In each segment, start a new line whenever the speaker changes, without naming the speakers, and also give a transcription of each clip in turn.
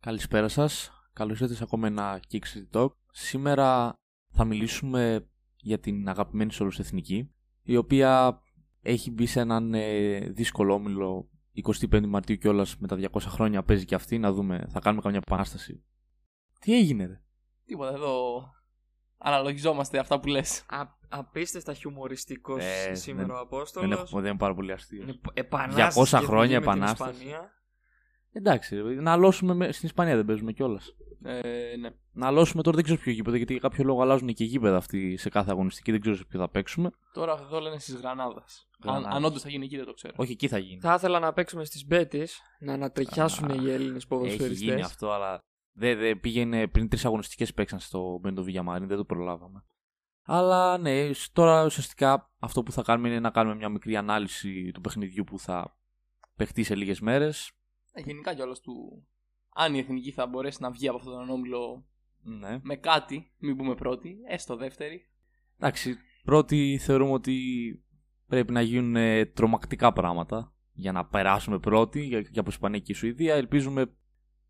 Καλησπέρα σας. Καλώς ήρθατε σε ακόμα ένα Kick City Talk. Σήμερα θα μιλήσουμε για την αγαπημένη σε όλους εθνική, η οποία έχει μπει σε έναν ε, δύσκολο όμιλο 25 Μαρτίου κιόλας με τα 200 χρόνια παίζει και αυτή, να δούμε, θα κάνουμε καμιά επανάσταση. Τι έγινε ρε.
Τίποτα, εδώ αναλογιζόμαστε αυτά που λες.
Α, απίστευτα χιουμοριστικός
Ε,
σήμερα
δεν-
ο Απόστολος.
Δεν, έχω, δεν είμαι πάρα πολύ αστείο.
Ναι.
200
200
χρόνια επανάσταση. Εντάξει, ρε, να αλώσουμε με- στην Ισπανία δεν παίζουμε κιόλας.
Ε, ναι.
Να αλώσουμε τώρα δεν ξέρω σε ποιο γήπεδο, γιατί για κάποιο λόγο αλλάζουν και γήπεδα αυτοί σε κάθε αγωνιστική, δεν ξέρω σε ποιο θα παίξουμε.
Τώρα εδώ λένε στις Γρανάδα. Αν,
Γρανάδας.
αν όντως θα γίνει εκεί δεν το ξέρω.
Όχι, εκεί θα γίνει.
Θα ήθελα να παίξουμε στις μπέτε να ανατριχιάσουν
Α,
οι Έλληνες
Έχει γίνει
ποδοσφαιριστέ.
αυτό, αλλά δεν δε, πήγαινε πριν τρεις αγωνιστικές παίξαν στο Μπέντο Βηγιαμάρι, δεν το προλάβαμε. Αλλά ναι, σ- τώρα ουσιαστικά αυτό που θα κάνουμε είναι να κάνουμε μια μικρή ανάλυση του παιχνιδιού που θα παιχτεί σε λίγες μέρες.
Ε, Γενικά κιόλας του. Αν η εθνική θα μπορέσει να βγει από αυτόν τον όμιλο
Ναι.
με κάτι, μην πούμε πρώτη, έστω δεύτερη.
Εντάξει, πρώτη θεωρούμε ότι πρέπει να γίνουν ε, τρομακτικά πράγματα για να περάσουμε πρώτη για, για από Ισπανία και Σουηδία. Ελπίζουμε,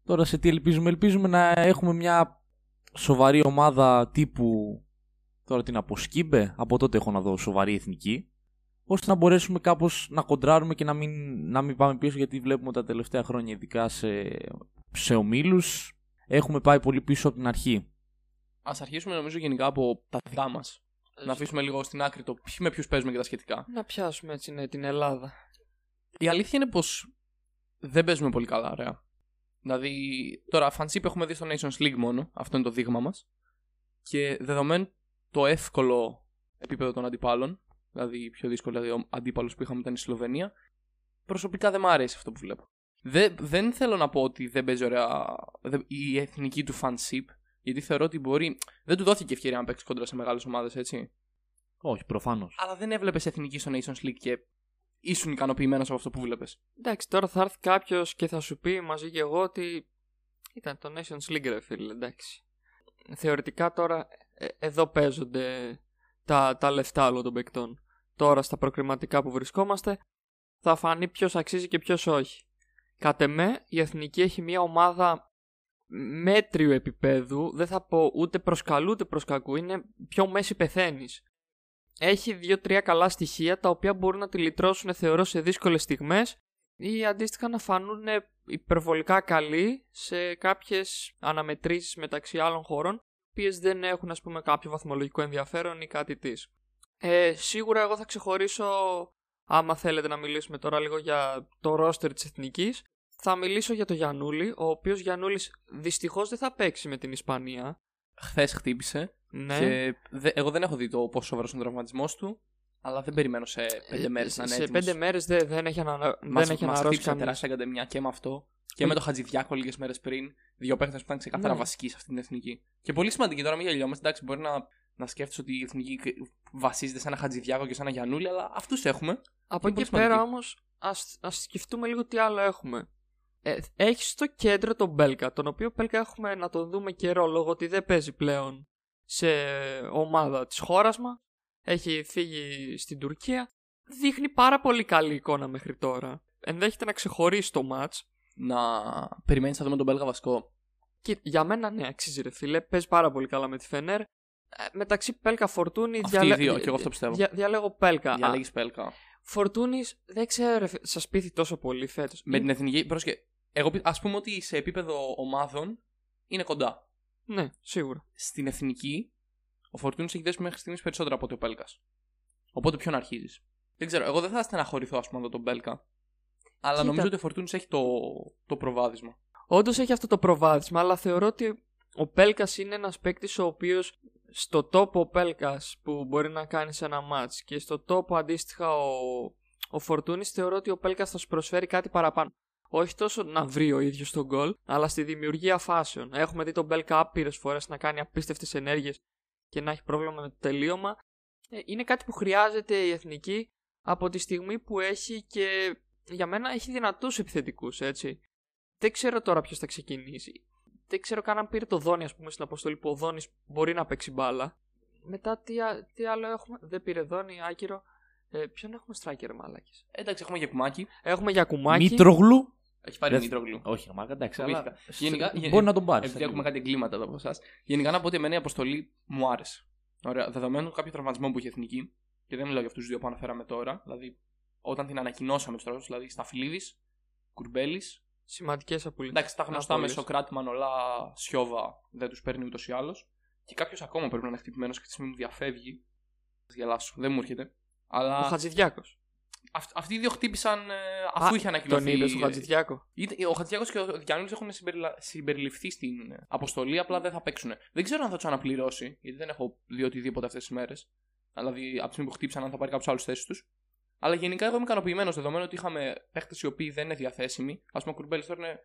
τώρα σε τι ελπίζουμε, ελπίζουμε να έχουμε μια σοβαρή ομάδα τύπου, τώρα την από Σκύμπε, από τότε έχω να δω σοβαρή εθνική, ώστε να μπορέσουμε κάπως να κοντράρουμε και να μην, να μην πάμε πίσω γιατί βλέπουμε τα τελευταία χρόνια ειδικά σε, σε ομίλους έχουμε πάει πολύ πίσω από την αρχή.
Ας αρχίσουμε νομίζω γενικά από τα δικά μας. Να αφήσουμε λίγο στην άκρη το ποιοι- με ποιους παίζουμε και τα σχετικά.
Να πιάσουμε έτσι ναι, την Ελλάδα.
Η αλήθεια είναι πως δεν παίζουμε πολύ καλά, ωραία. Δηλαδή, τώρα φανσίπ έχουμε δει στο Nations League μόνο. Αυτό είναι το δείγμα μας. Και δεδομένου το εύκολο επίπεδο των αντιπάλων, δηλαδή η πιο δύσκολη δηλαδή, ο αντίπαλος που είχαμε ήταν η Σλοβενία, προσωπικά δεν μου αρέσει αυτό που βλέπω. Δε- δεν θέλω να πω ότι δεν παίζει ωραία δεν- η εθνική του φανσίπ, γιατί θεωρώ ότι μπορεί. Δεν του δόθηκε ευκαιρία να παίξει κόντρα σε μεγάλες ομάδες, έτσι.
Όχι, προφανώς.
Αλλά δεν έβλεπες εθνική στο Nations League και ήσουν ικανοποιημένος από αυτό που βλέπει.
Εντάξει, τώρα θα έρθει κάποιος και θα σου πει μαζί και εγώ ότι ήταν το Nations League, ρε φίλε. Εντάξει. Θεωρητικά τώρα ε, εδώ παίζονται τα, τα λεφτά όλων των παικτών. Τώρα στα προκριματικά που βρισκόμαστε θα φανεί ποιος αξίζει και ποιος όχι. Κατ' εμέ η εθνική έχει μια ομάδα μέτριου επίπεδου. Δεν θα πω ούτε προς καλού ούτε προς κακού. Είναι πιο μέση πεθαίνεις. Έχει δύο-τρία καλά στοιχεία τα οποία μπορούν να τη λυτρώσουν θεωρώ σε δύσκολες στιγμές ή αντίστοιχα να φανούν υπερβολικά καλοί σε κάποιες αναμετρήσεις μεταξύ άλλων χωρών, οι οποίες δεν έχουν ας πούμε κάποιο βαθμολογικό ενδιαφέρον ή κάτι της. Ε, σίγουρα εγώ θα ξεχωρίσω, άμα θέλετε να μιλήσουμε τώρα λίγο για το ρόστερ της εθνικής, θα μιλήσω για τον Γιαννούλη, ο οποίος Γιαννούλης δυστυχώς δεν θα παίξει με την Ισπανία.
Χθες χτύπησε.
Ναι.
Και δε- εγώ δεν έχω δει το πόσο σοβαρός είναι ο τραυματισμός του, αλλά δεν περιμένω σε πέντε μέρες να
σε,
είναι
Ε, σε
έτοιμος.
πέντε μέρες δε- δεν έχει, ανα...
Μας-
δεν έχει
μας
αναρρώσει
χτύπησε
κανένας.
τεράστια καντεμιά και με αυτό. Και με το Χατζηδιάκο λίγες μέρες πριν. Δύο παίχτε που ήταν ξεκάθαρα
ε. Ναι.
βασικοί σε αυτή την εθνική. Και πολύ σημαντική τώρα, μην γελιόμαστε. Εντάξει, μπορεί να, να σκέφτεσαι ότι η εθνική βασίζεται σε ένα Χατζηδιάκο και σε ένα Γιανούλη, αλλά αυτούς έχουμε.
Από εκεί
Είναι
και
πολύ
πέρα
σημαντική.
όμως, ας σκεφτούμε λίγο τι άλλο έχουμε. Ε, έχεις στο κέντρο τον Μπέλκα, τον οποίο Μπέλκα έχουμε να τον δούμε καιρό λόγω ότι δεν παίζει πλέον σε ομάδα της χώρας μας. Έχει φύγει στην Τουρκία. Δείχνει πάρα πολύ καλή εικόνα μέχρι τώρα. Ενδέχεται να ξεχωρίσει το μάτς.
Να περιμένεις να δούμε τον Μπέλγα βασικό.
Και για μένα ναι, αξίζει ρε φίλε. Παίζει πάρα πολύ καλά με τη Φενέρ. Ε, μεταξύ Πέλκα Φορτούνης
Αυτοί οι δύο, και εγώ αυτό πιστεύω.
δια- διαλέγω Πέλκα.
Διαλέγει Πέλκα.
ε, Φορτούνης δεν ξέρω, ρε, σας πείθει τόσο πολύ φέτος.
Με την εθνική. Πρόσκε, εγώ ας πούμε ότι σε επίπεδο ομάδων είναι κοντά.
Ναι, σίγουρα.
στην εθνική, ο Φορτούνης έχει δέσει μέχρι στιγμής περισσότερα από ότι ο Πέλκας. Οπότε ποιον αρχίζεις. Δεν ξέρω, εγώ δεν θα στεναχωρηθώ, ας πούμε, να δω τον Πέλκα. Αλλά
Κοίτα.
νομίζω ότι ο Φορτούνης έχει το, το προβάδισμα.
Όντως έχει αυτό το προβάδισμα, αλλά θεωρώ ότι ο Πέλκας είναι ένας παίκτης ο οποίος στο τόπο ο Πέλκας που μπορεί να κάνεις σε ένα μάτ και στο τόπο αντίστοιχα ο, ο Φορτούνης θεωρώ ότι ο Πέλκας θα σου προσφέρει κάτι παραπάνω. Όχι τόσο να βρει ο ίδιος τον γκολ, αλλά στη δημιουργία φάσεων. Έχουμε δει τον Πέλκα άπειρες φορές να κάνει απίστευτες ενέργειες και να έχει πρόβλημα με το τελείωμα. Ε, Είναι κάτι που χρειάζεται η εθνική από τη στιγμή που έχει και για μένα έχει δυνατούς επιθετικούς, έτσι. Δεν ξέρω τώρα ποιος θα ξεκινήσει. Δεν ξέρω καν αν πήρε το Δόνι, ας πούμε, στην αποστολή που ο Δόνι μπορεί να παίξει μπάλα. Μετά τι, α- τι άλλο έχουμε. Δεν πήρε Δόνι, Άκυρο. Ε, ποιον έχουμε στράκερ, μαλάκι.
Εντάξει, έχουμε γεκουμάκι.
Έχουμε για κουμάκι.
Μήτρογλου.
Έχει πάρει
Δεν-
Μητρόγλου.
Όχι, ρε Μάρκα, εντάξει.
Φοβήθηκα.
Αλλά...
Γενικά-
σε-
γε-
Μπορεί να τον πάρεις.
Επειδή ακούμε κάτι εγκλήματα εδώ από εσάς. Γενικά να πω ότι εμένα η αποστολή μου άρεσε. Ωραία. Δεδομένου κάποιου τραυματισμού που είχε εθνική, και δεν μιλάω για αυτούς τους δύο που αναφέραμε τώρα, δηλαδή όταν την ανακοινώσαμε του τραυματισμού, δηλαδή Σταφυλίδης, Κουρμπέλης.
Σημαντικές απολύσει.
Εντάξει, τα γνωστά με
Απόλυση.
Σοκράτη, Μανολά, Σιώβα δεν τους παίρνει ούτως ή άλλως. Και κάποιος ακόμα πρέπει να είναι χτυπημένος και τη στιγμή μου διαφεύγει. Θα γελάσω, δεν μου έρχεται. Αλλά
Ο Χατζηδιάκος.
αυ- αυτοί οι δύο χτύπησαν ε, αφού
Α,
είχε ανακοινωθεί.
Τον είδες ο
ε,
Χατζηδιάκο.
Είτε- Ο Χατζιάκο και ο Γιάννη έχουν συμπεριλα... συμπεριληφθεί στην αποστολή, απλά δεν θα παίξουν. Δεν ξέρω αν θα τους αναπληρώσει, γιατί δεν έχω δει οτιδήποτε αυτές τις μέρες. Δηλαδή, από τη στιγμή που χτύπησαν, αν θα πάρει κάποιου άλλου θέσει τους. Αλλά γενικά εγώ είμαι ικανοποιημένος δεδομένου ότι είχαμε παίχτες οι οποίοι δεν είναι διαθέσιμοι. Ας πούμε, ο Κουρμπέλης τώρα είναι.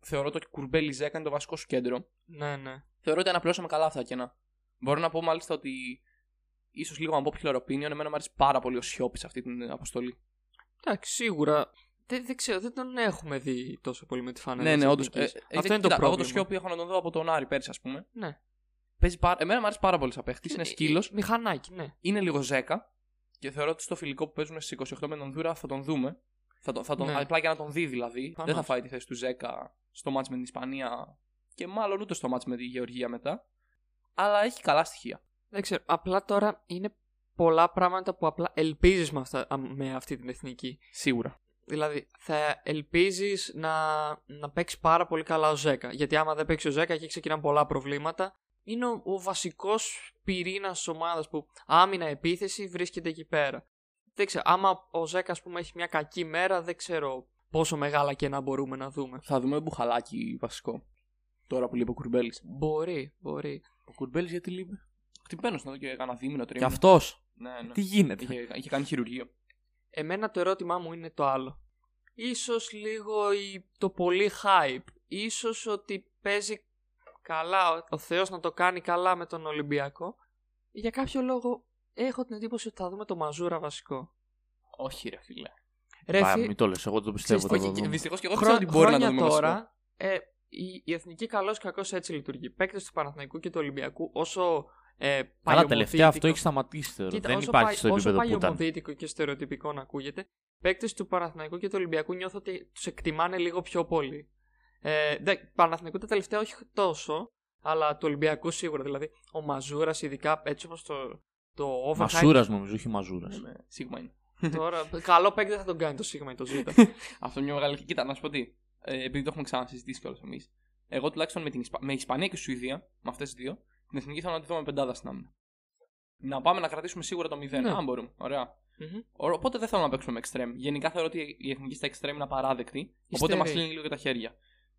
Θεωρώ ότι ο Κουρμπέλης Ζέκα είναι το βασικό σου κέντρο.
Ναι, ναι.
Θεωρώ ότι αναπληρώσαμε καλά αυτά τα κενά. Μπορώ να πω μάλιστα ότι ίσως λίγο από opinion, εμένα μου αρέσει πάρα πολύ ο Σιώπης αυτή την αποστολή.
Εντάξει, σίγουρα. Δεν, δεν ξέρω, δεν τον έχουμε δει τόσο πολύ με τη φανέλα.
Ναι, ναι,
της
όντως.
Εθνικής.
Αυτό είναι το πρόβλημα. Εγώ το Σιώπη έχω να τον δω από τον Άρη πέρσι, ας πούμε.
Ναι. Ε,
Παίζει πάρα... Εμένα μου αρέσει πάρα πολύ σαν παίχτη. Είναι σκύλος.
Μηχανάκι, ναι.
Είναι λίγο ζέκα. Και θεωρώ ότι στο φιλικό που παίζουμε στις 28 με τον Δούρα θα τον δούμε. Θα τον, θα τον,
Ναι.
Απλά για να τον δει δηλαδή.
Προφανώς.
Δεν θα φάει τη θέση του ζέκα στο μάτς με την Ισπανία. Και μάλλον ούτε στο μάτς με τη Γεωργία μετά. Αλλά έχει καλά στοιχεία.
Δεν ξέρω. Απλά τώρα είναι πολλά πράγματα που απλά ελπίζεις με, αυτά- α, με αυτή την εθνική.
Σίγουρα.
Δηλαδή, θα ελπίζεις να, να παίξει πάρα πολύ καλά ο Ζέκα. Γιατί άμα δεν παίξει ο Ζέκα, εκεί ξεκινάνε πολλά προβλήματα. Είναι ο, ο βασικός πυρήνας της ομάδας που άμυνα επίθεση βρίσκεται εκεί πέρα. Δεν ξέρω, άμα ο Ζέκα, ας πούμε, έχει μια κακή μέρα, δεν ξέρω πόσο μεγάλα κενά μπορούμε να δούμε.
Θα δούμε μπουχαλάκι βασικό. Τώρα που λείπει ο Κουρμπέλης.
Μπορεί, μπορεί.
Ο Κουρμπέλης γιατί λείπει.
Χτυπμένο να δω και κανένα δίμηνο
Και
τρίμηνο.
αυτός.
Ναι, ναι.
Τι γίνεται.
Είχε, είχε κάνει χειρουργείο.
Εμένα το ερώτημά μου είναι το άλλο. Ίσως λίγο η- το πολύ hype. Ίσως ότι παίζει καλά, ο- ο Θεός να το κάνει καλά με τον Ολυμπιακό. Για κάποιο λόγο έχω την εντύπωση ότι θα δούμε το Μαζούρα βασικό.
Όχι, ρε φίλε.
Ρε,
Μπα,
φι-
Μην Ε, το λες, εγώ δεν το πιστεύω. θα το δούμε.
Δυστυχώς και εγώ
χρό-
ξέρω ότι μπορεί να το
χρόνια
δούμε βασικό.
τώρα, ε, η, η εθνική καλώς κακώς έτσι λειτουργεί. Παίκτες του Παναθηναϊκού και του Ολυμπιακού όσο ε,
Καλά, τελευταία αυτό
παλιωμοδίτικο-
έχει σταματήσει θεωρώ.
Κοίτα,
Δεν
όσο
υπάρχει
πα-
στο επίπεδο
όσο
που ήταν.
παλιωμοδίτικο και στερεοτυπικό να ακούγεται, παίκτες του Παναθηναϊκού και του Ολυμπιακού νιώθω ότι τους εκτιμάνε λίγο πιο πολύ. Ε, εντάξει, Παναθηναϊκού τα τελευταία όχι τόσο, αλλά του Ολυμπιακού σίγουρα. Δηλαδή, ο Μαζούρας, ειδικά έτσι όπως το, το overhype
Μασούρας νομίζω, όχι Μαζούρας.
Ναι, ναι, Σίγμα είναι.
Τώρα, καλό παίκτη δεν θα τον κάνει το Σίγμα ή το Ζήτα.
Αυτό είναι μια μεγάλη. Κοίτα, να σου πω τι. Ε, επειδή το έχουμε ξανασυζητήσει κιόλας εμείς. Εγώ τουλάχιστον με, την Ισπα... με Ισπανία και Σουηδία, με αυτές τις δύο, την εθνική θέλω να τη δω με πεντάδα στην άμυνα. Να πάμε να κρατήσουμε σίγουρα το 0,
Ναι.
αν μπορούμε. Ωραία. Ωρα- Οπότε δεν θέλω να παίξουμε με extreme. Γενικά θεωρώ ότι η εθνική στα extreme είναι απαράδεκτη. Οπότε
Ιστερεί.
μας λύνει λίγο και τα χέρια.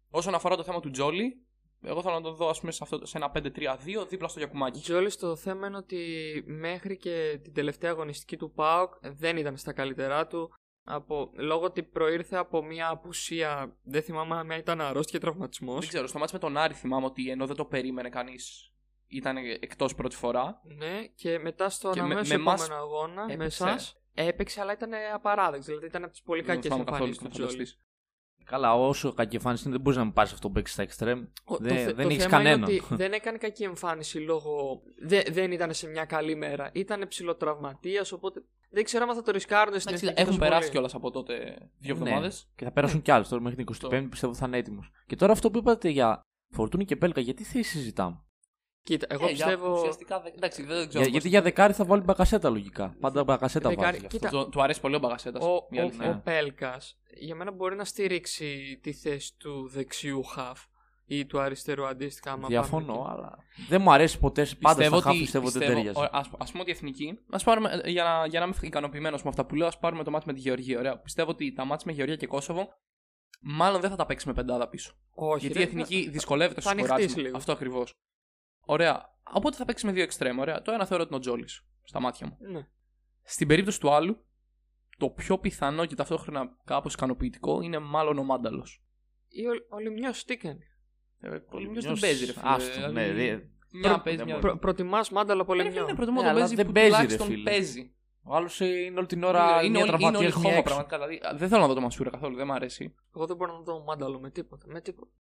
Όσον αφορά το θέμα του Τζόλι, εγώ θέλω να τον δω ας πούμε, σε, αυτό, σε ένα 5-3-2 δίπλα στο Γιακουμάκι.
Τζόλι, το θέμα είναι ότι μέχρι και την τελευταία αγωνιστική του ΠΑΟΚ δεν ήταν στα καλύτερά του. Από, λόγω ότι προήρθε από μια απουσία, δεν θυμάμαι αν ήταν αρρώστια ή τραυματισμός.
Δεν ξέρω, στο μάτς με τον Άρη θυμάμαι ότι ενώ δεν το περίμενε κανείς, ήταν εκτός πρώτη φορά.
Ναι, και μετά στον
Και με-
αμέσω
με
επόμενο
μας
αγώνα, με
έπαιξε.
εσάς, έπαιξε, αλλά ήταν απαράδεκτος. Δηλαδή ήταν από τις πολύ
Δεν
κακέ
θυμάμαι καθόλου
εμφανίσεις
στο
του Τζόλι.
φανταστείς.
Καλά, όσο κακή εμφάνιση είναι, δεν μπορείς να μην πάρεις αυτό που παίξεις στα extreme.
Ο- το
Δεν-
θε-
δεν
το
έχεις
θέμα είναι
κανέναν.
ότι δεν έκανε κακή εμφάνιση λόγω. δε- δεν ήταν σε μια καλή μέρα. Ήταν ψηλοτραυματίας, οπότε δεν ξέρω αν θα το ρισκάρουν στην
Εντάξει,
εθνική
έχουν
τόσο
περάσει
πολύ.
κιόλας από τότε δύο
Ναι.
εβδομάδες.
Και θα περάσουν κι άλλες τώρα μέχρι την 25η, πιστεύω θα είναι έτοιμος. Και τώρα αυτό που είπατε για Φορτούνη και Πέλκα, γιατί θέση συζητάμε.
Κοίτα, εγώ πιστεύω.
Ε, Ουσιαστικά, δε- εντάξει, δεν
Για,
ξέρω.
γιατί για δεκάρι θα βάλει μπακασέτα λογικά. Πάντα μπακασέτα
Δεκάρι-
βάζει. γι' αυτό.
κοίτα,
Του, του αρέσει πολύ ο Μπαγκασέτα.
Ο, ο,
αλήθεια.
ο Πέλκας για μένα μπορεί να στηρίξει τη θέση του δεξιού χαφ ή του αριστερού αντίστοιχα. άμα πάμε
Διαφωνώ,
εκεί.
αλλά δεν μου αρέσει ποτέ. Πάντα στα χάφη πιστεύω ότι δεν ταιριάζει.
Ας ας πούμε ότι η εθνική. Ας πάρουμε, ε, για, να, για να είμαι ικανοποιημένος με αυτά που λέω, ας πάρουμε το μάτι με τη Γεωργία. Ωραία. Πιστεύω ότι τα μάτια με Γεωργία και Κόσοβο μάλλον δεν θα τα παίξει με πεντάδα πίσω.
Όχι,
γιατί η
δεν-
εθνική δυσκολεύεται στο
θα ανοιχτείς
σκοράτσμα.
λίγο.
Αυτό ακριβώς. Ωραία. Οπότε θα παίξεις με δύο εξτρέμ. Ωραία. Το ένα θεωρώ ότι είναι ο Τζόλης. Στα μάτια μου.
Ναι.
Στην περίπτωση του άλλου, το πιο πιθανό και ταυτόχρονα κάπως ικανοποιητικό είναι μάλλον ο Μάνταλος.
Ή ο, ο Λιμιός τι κάνει.
Κολυμβιός Ε, δεν παίζει, ρε φίλε.
Άστο,
Δηλαδή,
ναι, ρε.
Μια
Πρω-
παίζει,
δεν
μια
μπορεί.
δεν
Προ, προτιμάς μάνταλο από
παίζει.
Λιμιό.
Είναι προτιμώ
Ναι,
τον
αλλά
παίζει
δεν
που
παίζει, ρε
τουλάχιστον
φίλε.
παίζει.
Ο άλλος είναι όλη την ώρα
είναι,
μία
όλοι- είναι όλοι
τραυματία
χώμα
χώμα
πραγματικά. Δηλαδή, α, δεν θέλω να δω το Μασούρα καθόλου, δεν μου αρέσει.
Εγώ δεν μπορώ να δω μάνταλο με τίποτα. Με τίποτα.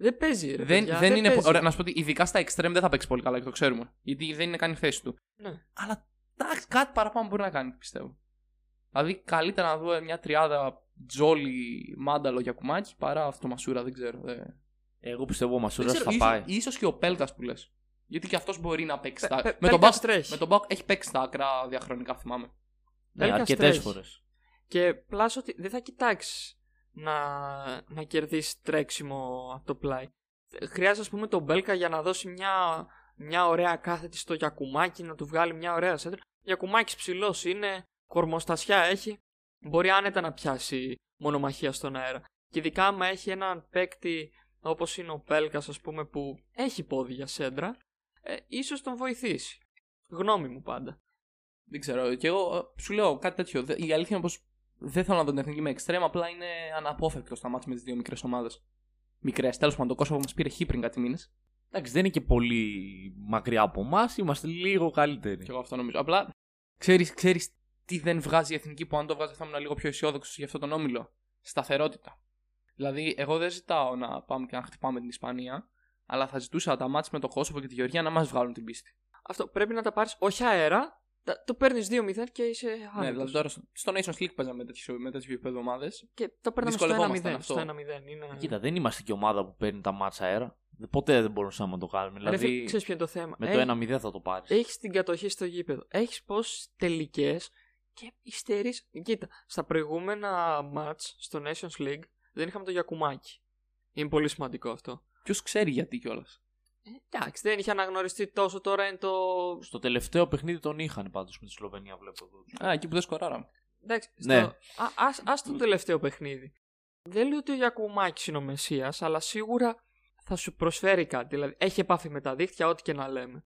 Δεν παίζει, ρε.
δεν,
παιδιά,
δεν είναι,
παίζει.
ωραία, να σου πω ότι ειδικά στα extreme δεν θα παίξει πολύ καλά και το ξέρουμε. Γιατί δεν είναι καν η θέση του.
Ναι.
Αλλά εντάξει, κάτι παραπάνω μπορεί να κάνει, πιστεύω. Δηλαδή, καλύτερα να δω μια τριάδα Τζόλι, Μάνταλο για κουμάκι παρά αυτό Μασούρα, δεν ξέρω. Δεν,
Εγώ πιστεύω ο
δεν
Μασούρα
ξέρω
θα
ίσως-
πάει.
Ίσως και ο Πέλκας που λες. Γιατί και αυτός μπορεί να παίξει. τα-
Πε-
με,
Πέλκας
τον Μπάουκ-
τρέχει.
με τον Μπάουκ έχει παίξει τα ακρά διαχρονικά, θυμάμαι.
Ναι,
Πέλκας
αρκετές
τρέχει.
φορές.
Και πλάς ότι δεν θα κοιτάξεις να, να κερδίσει τρέξιμο από το πλάι. Χρειάζεται, ας πούμε, τον Μπέλκα για να δώσει μια, μια ωραία κάθετη στο Γιακουμάκι, να του βγάλει μια ωραία σέντρα. Γιακουμάκι ψηλός είναι, κορμοστασιά έχει. Μπορεί άνετα να πιάσει μονομαχία στον αέρα. Και ειδικά άμα έχει έναν παίκτη όπως είναι ο Μπέλκας, ας πούμε, που έχει πόδι για σέντρα, ε, ίσως τον βοηθήσει. Γνώμη μου πάντα.
Δεν ξέρω. Και εγώ ε, σου λέω κάτι τέτοιο. Δε- Η αλήθεια είναι πως δεν θέλω να δω την εθνική με εξτρέμ, απλά είναι αναπόφευκτο στα μάτια με τις δύο μικρές ομάδες. Μικρές. Τέλος πάντων, το Κόσοβο μας πήρε χ πριν κάτι μήνες.
Εντάξει, δεν είναι και πολύ μακριά από εμάς. Είμαστε λίγο καλύτεροι.
Και εγώ αυτό νομίζω. Απλά ξέρεις ξέρεις τι δεν βγάζει η εθνική που αν το βγάζει θα ήμουν λίγο πιο αισιόδοξος για αυτό τον όμιλο. Σταθερότητα. Δηλαδή, εγώ δεν ζητάω να πάμε και να χτυπάμε την Ισπανία, αλλά θα ζητούσα τα μάτια με το Κόσοβο και τη Γεωργία να μας βγάλουν την πίστη.
Αυτό πρέπει να τα πάρεις όχι αέρα, τα- το παίρνεις 2-0 και είσαι άνετος.
Ναι, δηλαδή τώρα στο στο Nations League παίζαμε με τέτοιου- με τέτοιου επίπεδο ομάδες.
Και τα παίρναμε στο 1-0.
Δυσκολευόμασταν αυτό.
Στο 1-0. Είναι...
Κοίτα, δεν είμαστε και ομάδα που παίρνει τα μάτσα αέρα. Δε- Ποτέ δεν μπορούσαμε να το κάνουμε.
Ρε, φίλε,
Δηλαδή,
ξέρεις ποιο είναι το θέμα.
Ε.
με το 1-0 θα το πάρεις.
Έχεις την κατοχή στο γήπεδο. Έχεις πόσε τελικές και υστερείς. Κοίτα, στα προηγούμενα match στο Nations League δεν είχαμε το Γιακουμάκι. Είναι πολύ σημαντικό αυτό.
Ποιος ξέρει γιατί κιόλας.
Ε, εντάξει, δεν είχε αναγνωριστεί τόσο τώρα είναι το.
Στο τελευταίο παιχνίδι τον είχαν πάντως με τη Σλοβενία, βλέπω εδώ.
Α, εκεί που δεν σκοράραμε.
Εντάξει, στο...
Ναι.
Α, ας, ας το τελευταίο παιχνίδι. Δεν λέω ότι ο Γιακουμάκης είναι ο Μεσσίας, αλλά σίγουρα θα σου προσφέρει κάτι. Δηλαδή, έχει επάφη με τα δίχτυα, ό,τι και να λέμε.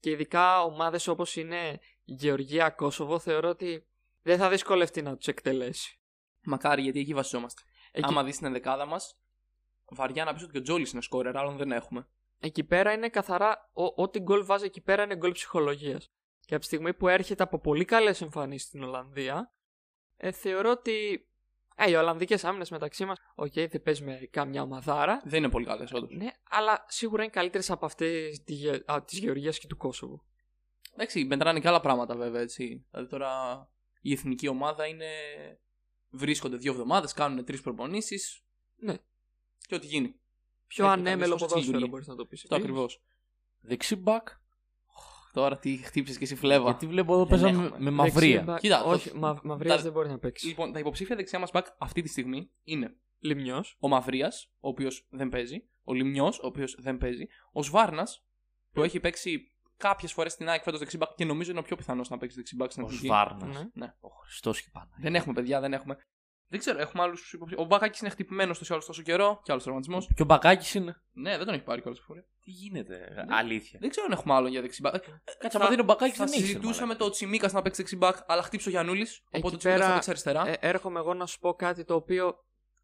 Και ειδικά ομάδες όπως είναι Γεωργία, Κόσοβο, θεωρώ ότι δεν θα δυσκολευτεί να τους εκτελέσει.
Μακάρι γιατί εκεί βασιζόμαστε.
Εκεί,
Άμα δεις την ενδεκάδα μας, βαριά να πεις ότι και ο Τζόλι είναι σκόρερ, άλλον δεν έχουμε.
εκεί πέρα είναι καθαρά, ό, ό,τι γκολ βάζει εκεί πέρα είναι γκολ ψυχολογίας. Και από τη στιγμή που έρχεται από πολύ καλές εμφανίσεις στην Ολλανδία, ε, θεωρώ ότι ε, οι Ολλανδικές άμυνες μεταξύ μας, οκ, δεν παίζει με καμιά ομαδάρα,
Δεν είναι πολύ καλές, όντως.
Ναι, αλλά σίγουρα είναι καλύτερες από αυτές τη, Γε- α, της Γεωργίας και του Κόσοβου.
Εντάξει, μετράνε και άλλα πράγματα βέβαια, έτσι. Δηλαδή τώρα η εθνική ομάδα είναι. βρίσκονται δύο εβδομάδες, κάνουν τρεις προπονήσεις.
Ναι.
Και ό,τι γίνει.
Πιο
Ε,
ανέμελο
προφανώς, έτσι
ποδόσφαιρο
λειτουργεί.
μπορείς να το πεις.
Αυτό ακριβώς.
Δεξί μπακ.
Τώρα τι χτύπησες και εσύ φλέβα.
Γιατί βλέπω εδώ
Δεν
παίζαμε
έχουμε.
Ναι, με μαυρία.
Κοίτα,
όχι,
το-
μα, μαυρίας
τα-
δεν μπορεί να παίξεις. Λοιπόν,
Λοιπόν, τα υποψήφια δεξιά μας μπακ αυτή τη στιγμή είναι
Λιμιό.
ο Μαυρίας, ο οποίος δεν παίζει. Ο Λιμιό, ο οποίος δεν παίζει. Ο Σβάρνας, που έχει παίξει κάποιες φορές στην ΑΕΚ φέτος δεξιμπάκ και νομίζω είναι ο πιο πιθανός να παίξει δεξιμπάκ στην
Ο
Εθνική.
Σβάρνας.
Ναι.
Ο Χριστός και πάνω.
Δεν έχουμε παιδιά, δεν έχουμε. Δεν ξέρω, έχουμε άλλους υποψήφιου. Ο Μπάκακη είναι χτυπημένος τόσο άλλο τόσο καιρό και άλλος τραυματισμός.
Και ο Μπακάκης είναι.
Ναι, δεν τον έχει πάρει κιόλας φορά.
Τι γίνεται,
Ναι.
αλήθεια.
Δεν ξέρω αν έχουμε άλλον για Ε, δεξιμπάκ.
Κάτσε, άμα δεν είναι ο Μπακάκης
Θα
δεν ήξερα,
συζητούσαμε
μαλάκα.
το Τσιμίκας να παίξει δεξιμπάκ, αλλά χτύψε ο Γιανούλη.
Εκεί
Οπότε ο Τσιμίκα
πέρα,
θα παίξει αριστερά.
Ε, έρχομαι εγώ να σου πω κάτι το οποίο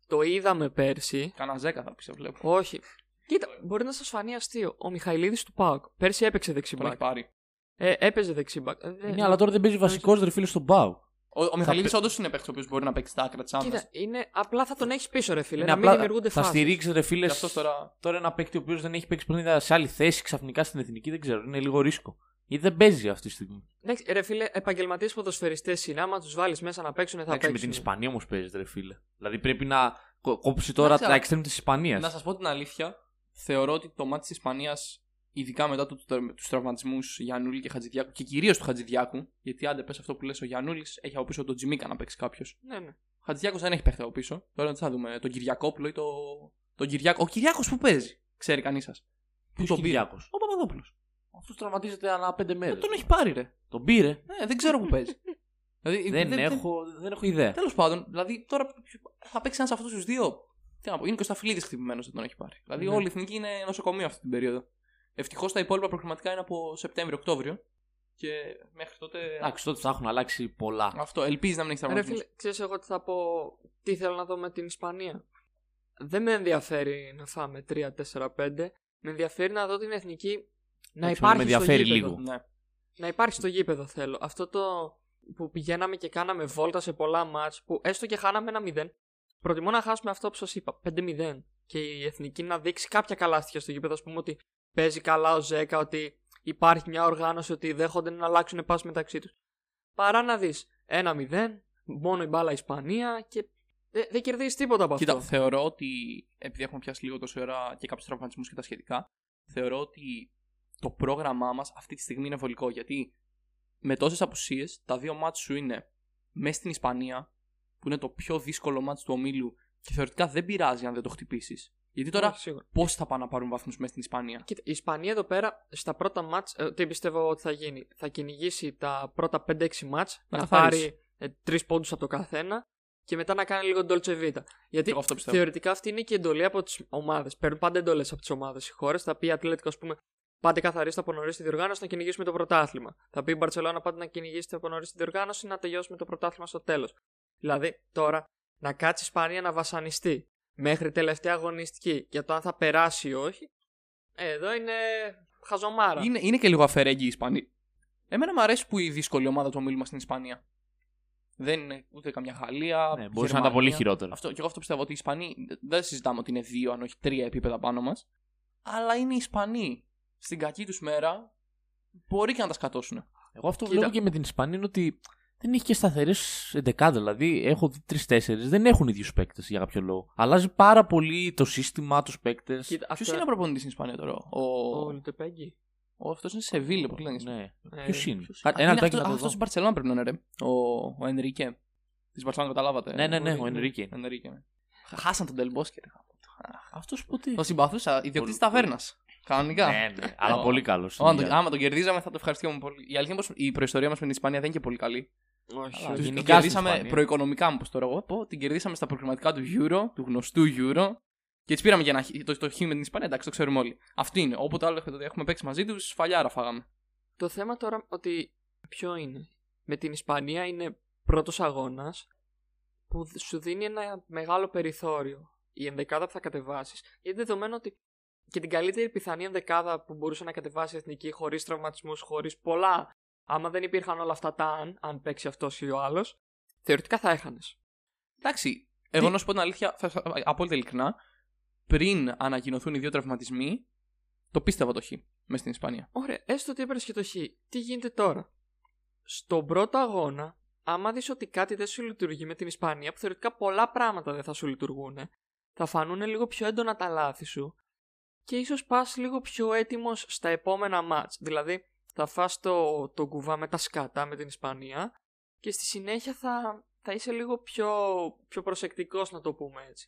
το είδαμε πέρσι.
Κανα ζέκα θα πει, βλέπω.
όχι. Κοίτα, μπορεί να σας φανεί αστείο. Ο Μιχαηλίδης του Πάουκ πέρσι έπαιξε
Τον έχει
δεξιμπάκ.
πάρει.
Ε, έπαιζε δεξιμπάκ. Ε, δεν-
Ναι, αλλά τώρα δεν παίζει βασικό ρε φίλε στον Μπάου.
Ο, ο Μιχαλίδης
πει-
όντως είναι παίχτη ο οποίος μπορεί να παίξει τα άκρα της άμυνας.
Κοίτα, είναι, απλά θα τον έχεις πίσω, ρε φίλε.
Είναι
να
Ναι, απλά-
μην δημιουργούνται
Θα
φάσεις.
στηρίξει ρε φίλε
Γι' αυτό τώρα.
τώρα ένα παίκτη ο οποίος δεν έχει παίξει παιχνίδια σε άλλη θέση ξαφνικά στην εθνική. Δεν ξέρω, είναι λίγο ρίσκο. Γιατί δεν παίζει αυτή τη στιγμή.
Εντάξει, ρε φίλε, επαγγελματίες ποδοσφαιριστές είναι. Άμα τους βάλεις μέσα να παίξουν, θα
Εντάξει,
παίξουν.
με την Ισπανία όμως παίζεις ρε φίλε. Δηλαδή πρέπει να κο- κόψει τώρα
ξέρω.
τα εξτρέμ της Ισπανίας.
Να σας πω την αλήθεια, θεωρώ ότι το μάτι της Ισπανίας, ειδικά μετά τους τραυματισμούς Γιανούλη και Χατζηδιάκου και κυρίως του Χατζηδιάκου, γιατί άντε πες αυτό που λες ο Γιανούλης, έχει από πίσω τον Τζιμίκα να παίξει κάποιος.
Ναι, ναι.
Ο Χατζηδιάκος δεν έχει παίχτη από πίσω. Τώρα τι θα δούμε, τον Κυριακόπουλο ή το... τον Κυριάκο. Ο Κυριάκος που παίζει, ξέρει κανείς σας. Πού
Ποιος
τον πήρε.
Κυριάκος?
Ο Παπαδόπουλος.
Αυτός τραυματίζεται ανά πέντε μέρες.
Δεν τον έχει πάρει, ρε.
Τον πήρε.
Ναι, δεν ξέρω που παίζει. δηλαδή,
Δεν, έχω, δεν έχω ιδέα.
Τέλος πάντων, δηλαδή τώρα θα παίξει ένας από αυτούς τους δύο. Τι να πω, είναι και ο Σταφυλίδη χτυπημένος δεν τον έχει πάρει. Δηλαδή
Ναι.
όλη η εθνική είναι νοσοκομείο αυτή την περίοδο. Ευτυχώς τα υπόλοιπα προγραμματικά είναι από Σεπτέμβριο-Οκτώβριο. Και μέχρι τότε.
Εντάξει, τότε θα έχουν αλλάξει πολλά.
Αυτό, ελπίζεις να μην έχεις
Ρε
τραυματισμό.
φίλε, ξέρεις εγώ τι θα πω, τι θέλω να δω με την Ισπανία. Δεν με ενδιαφέρει να φάμε 3-4-5. Με ενδιαφέρει να δω την εθνική να
Εντάξει,
υπάρχει.
με ενδιαφέρει
στο γήπεδο.
λίγο.
Ναι.
Να υπάρχει στο γήπεδο θέλω. Αυτό το που πηγαίναμε και κάναμε βόλτα σε πολλά μάτς που έστω και χάναμε ένα 0. Προτιμώ να χάσουμε αυτό που σας είπα, 5-0. Και η εθνική να δείξει κάποια καλά στοιχεία στο γήπεδο. Ας πούμε ότι παίζει καλά ο Ζέκα, ότι υπάρχει μια οργάνωση, ότι δέχονται να αλλάξουν πάση μεταξύ τους. Παρά να δεις 1-0, μόνο η μπάλα Ισπανία και Ε, δεν κερδίζεις τίποτα από
Κοίτα,
αυτό.
θεωρώ ότι επειδή έχουμε πιάσει λίγο τόση ώρα και κάποιους τραυματισμούς και τα σχετικά, θεωρώ ότι το πρόγραμμά μας αυτή τη στιγμή είναι βολικό γιατί με τόσες απουσίες τα δύο μάτς σου είναι μέσα στην Ισπανία, που είναι το πιο δύσκολο μάτς του ομίλου και θεωρητικά δεν πειράζει αν δεν το χτυπήσεις. Γιατί τώρα
Όχι, σίγουρα.
πώς θα πάνε να πάρουν βαθμούς μέσα στην Ισπανία.
Κοίτα, η Ισπανία εδώ πέρα στα πρώτα μάτς, ε, τι πιστεύω ότι θα γίνει. Θα κυνηγήσει τα πρώτα 5-6 μάτς,
Να
να,
καθαρίσει.
πάρει ε, 3 πόντους από το καθένα και μετά να κάνει λίγο Dolce Vita. Γιατί
Εγώ αυτό πιστεύω.
θεωρητικά αυτή είναι και η εντολή από τις ομάδες. Παίρνουν πάντα εντολές από τις ομάδες οι χώρες. Θα πει η Ατλέτικο, ας πούμε, πάτε καθαρίστε από νωρίς τη διοργάνωση να κυνηγήσουμε το πρωτάθλημα. Θα πει η Μπαρσελόνα, πάτε να κυνηγήσετε από νωρίς τη διοργάνωση να τελειώσουμε το πρωτάθλημα στο τέλος. Δηλαδή τώρα να κάτσει η Ισπανία να βασανιστεί μέχρι τελευταία αγωνιστική για το αν θα περάσει ή όχι. ε, Εδώ είναι χαζομάρα.
Είναι, είναι και λίγο αφαιρέγγι η Ισπανία. Εμένα μου αρέσει που η δύσκολη ομάδα του ομίλου μα στην Ισπανία. Δεν είναι ούτε καμιά Γαλλία.
Ναι, μπορούσαν να τα πολύ
Γερμανία.
χειρότερα.
Αυτό, και εγώ αυτό πιστεύω ότι οι Ισπανοί δεν συζητάμε ότι είναι δύο, αν όχι τρία επίπεδα πάνω μας. Αλλά είναι οι Ισπανοί. Στην κακή τους μέρα μπορεί και να τα σκατώσουν.
Εγώ αυτό
Κοίτα.
βλέπω και με την Ισπανία είναι ότι δεν έχει και σταθερές εντεκάδες. Δηλαδή, έχω δει τρει-τέσσερι, δεν έχουν ίδιους παίκτες για κάποιο λόγο. Αλλάζει πάρα πολύ το σύστημα, τους παίκτες.
Κοίτα,
Ποιος είναι ο προπονητής στην Ισπανία τώρα, Ο,
ο
ο...
Λουτεπέγγι.
αυτός είναι σε Βίλε, που λένε.
Ναι.
Ε,
Ποιος είναι.
Ποιος-
Κα-
Α,
Ένα
είναι
λεπτάκι να το
αυτός αυτός
δω.
στην Παρσελόνα πρέπει να είναι, ρε. Ο, ο Ενρίκε. Της Μπαρσελόνα, καταλάβατε. ε?
Ναι, ναι, ναι, ο Ενρίκε.
Ενρίκε. ναι. Χάσαν τον Τελμπόσκερ.
Αυτός ποτέ.
Το συμπαθούσα, ιδιοκτήτης
Πολύ-
ταβέρνας. Κανονικά.
Ναι, ναι, αλλά
Ο-
πολύ καλός.
Ω, αν το- άμα τον κερδίζαμε θα το ευχαριστούμε πολύ. Η αλήθεια είναι πως η προϊστορία μας με την Ισπανία δεν είναι και πολύ καλή.
Όχι,
Αλλά
όχι.
Τους
γενικά στην
κερδίσαμε
Ισπανία.
προοικονομικά, όπως τώρα εγώ πω. Την κερδίσαμε στα προκριματικά του Euro, του γνωστού Euro. Και έτσι πήραμε για να, χ- το, το χ με την Ισπανία, εντάξει, το ξέρουμε όλοι. Αυτή είναι. Όποτε άλλο έχουμε- έχουμε παίξει μαζί τους, σφαλιάρα φάγαμε.
Το θέμα τώρα ότι ποιο είναι. Με την Ισπανία είναι πρώτος αγώνας που δ- σου δίνει ένα μεγάλο περιθώριο η ενδεκάδα που θα κατεβάσεις. Είναι δεδομένο ότι και την καλύτερη πιθανή ενδεκάδα που μπορούσε να κατεβάσει η εθνική χωρίς τραυματισμούς, χωρίς πολλά. Άμα δεν υπήρχαν όλα αυτά τα αν, αν παίξει αυτός ή ο άλλος, θεωρητικά θα έχανες.
Εντάξει, εγώ να σου πω την αλήθεια, θα, θα- απόλυτα ειλικρινά, πριν ανακοινωθούν οι δύο τραυματισμοί, το πίστευα το χ μες στην Ισπανία.
Ωραία, έστω ότι έπαιρνες και το χ. Τι γίνεται τώρα. Στον πρώτο αγώνα, άμα δεις ότι κάτι δεν σου λειτουργεί με την Ισπανία, που θεωρητικά πολλά πράγματα δεν θα σου λειτουργούν, θα φανούν λίγο πιο έντονα τα λάθη σου και ίσως πας λίγο πιο έτοιμος στα επόμενα μάτ. Δηλαδή, θα φας το, το κουβά με τα σκάτα με την Ισπανία και στη συνέχεια θα, θα είσαι λίγο πιο, πιο προσεκτικός να το πούμε έτσι.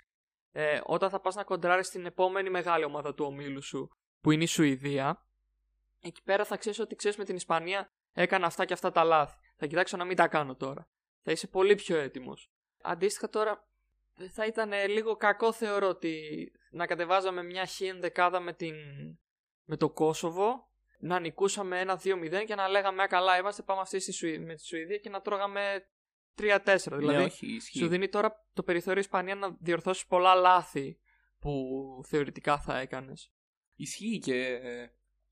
Ε, όταν θα πας να κοντράρεις την επόμενη μεγάλη ομάδα του ομίλου σου που είναι η Σουηδία εκεί πέρα θα ξέρεις ότι ξέρεις με την Ισπανία έκανα αυτά και αυτά τα λάθη. Θα κοιτάξω να μην τα κάνω τώρα. Θα είσαι πολύ πιο έτοιμος. Αντίστοιχα τώρα θα ήταν ε, λίγο κακό θεωρώ ότι να κατεβάζαμε μια χ ενδεκάδα με, την... με το Κόσοβο να νικούσαμε 1-2-0 και να λέγαμε «Α, καλά είμαστε πάμε αυτή στη Σουη... με τη Σουηδία και να τρώγαμε 3-4. Δηλαδή
ναι, όχι, ισχύει.
σου δίνει τώρα το περιθώριο η Ισπανία να διορθώσεις πολλά λάθη που θεωρητικά θα έκανες.
Ισχύει και. ε,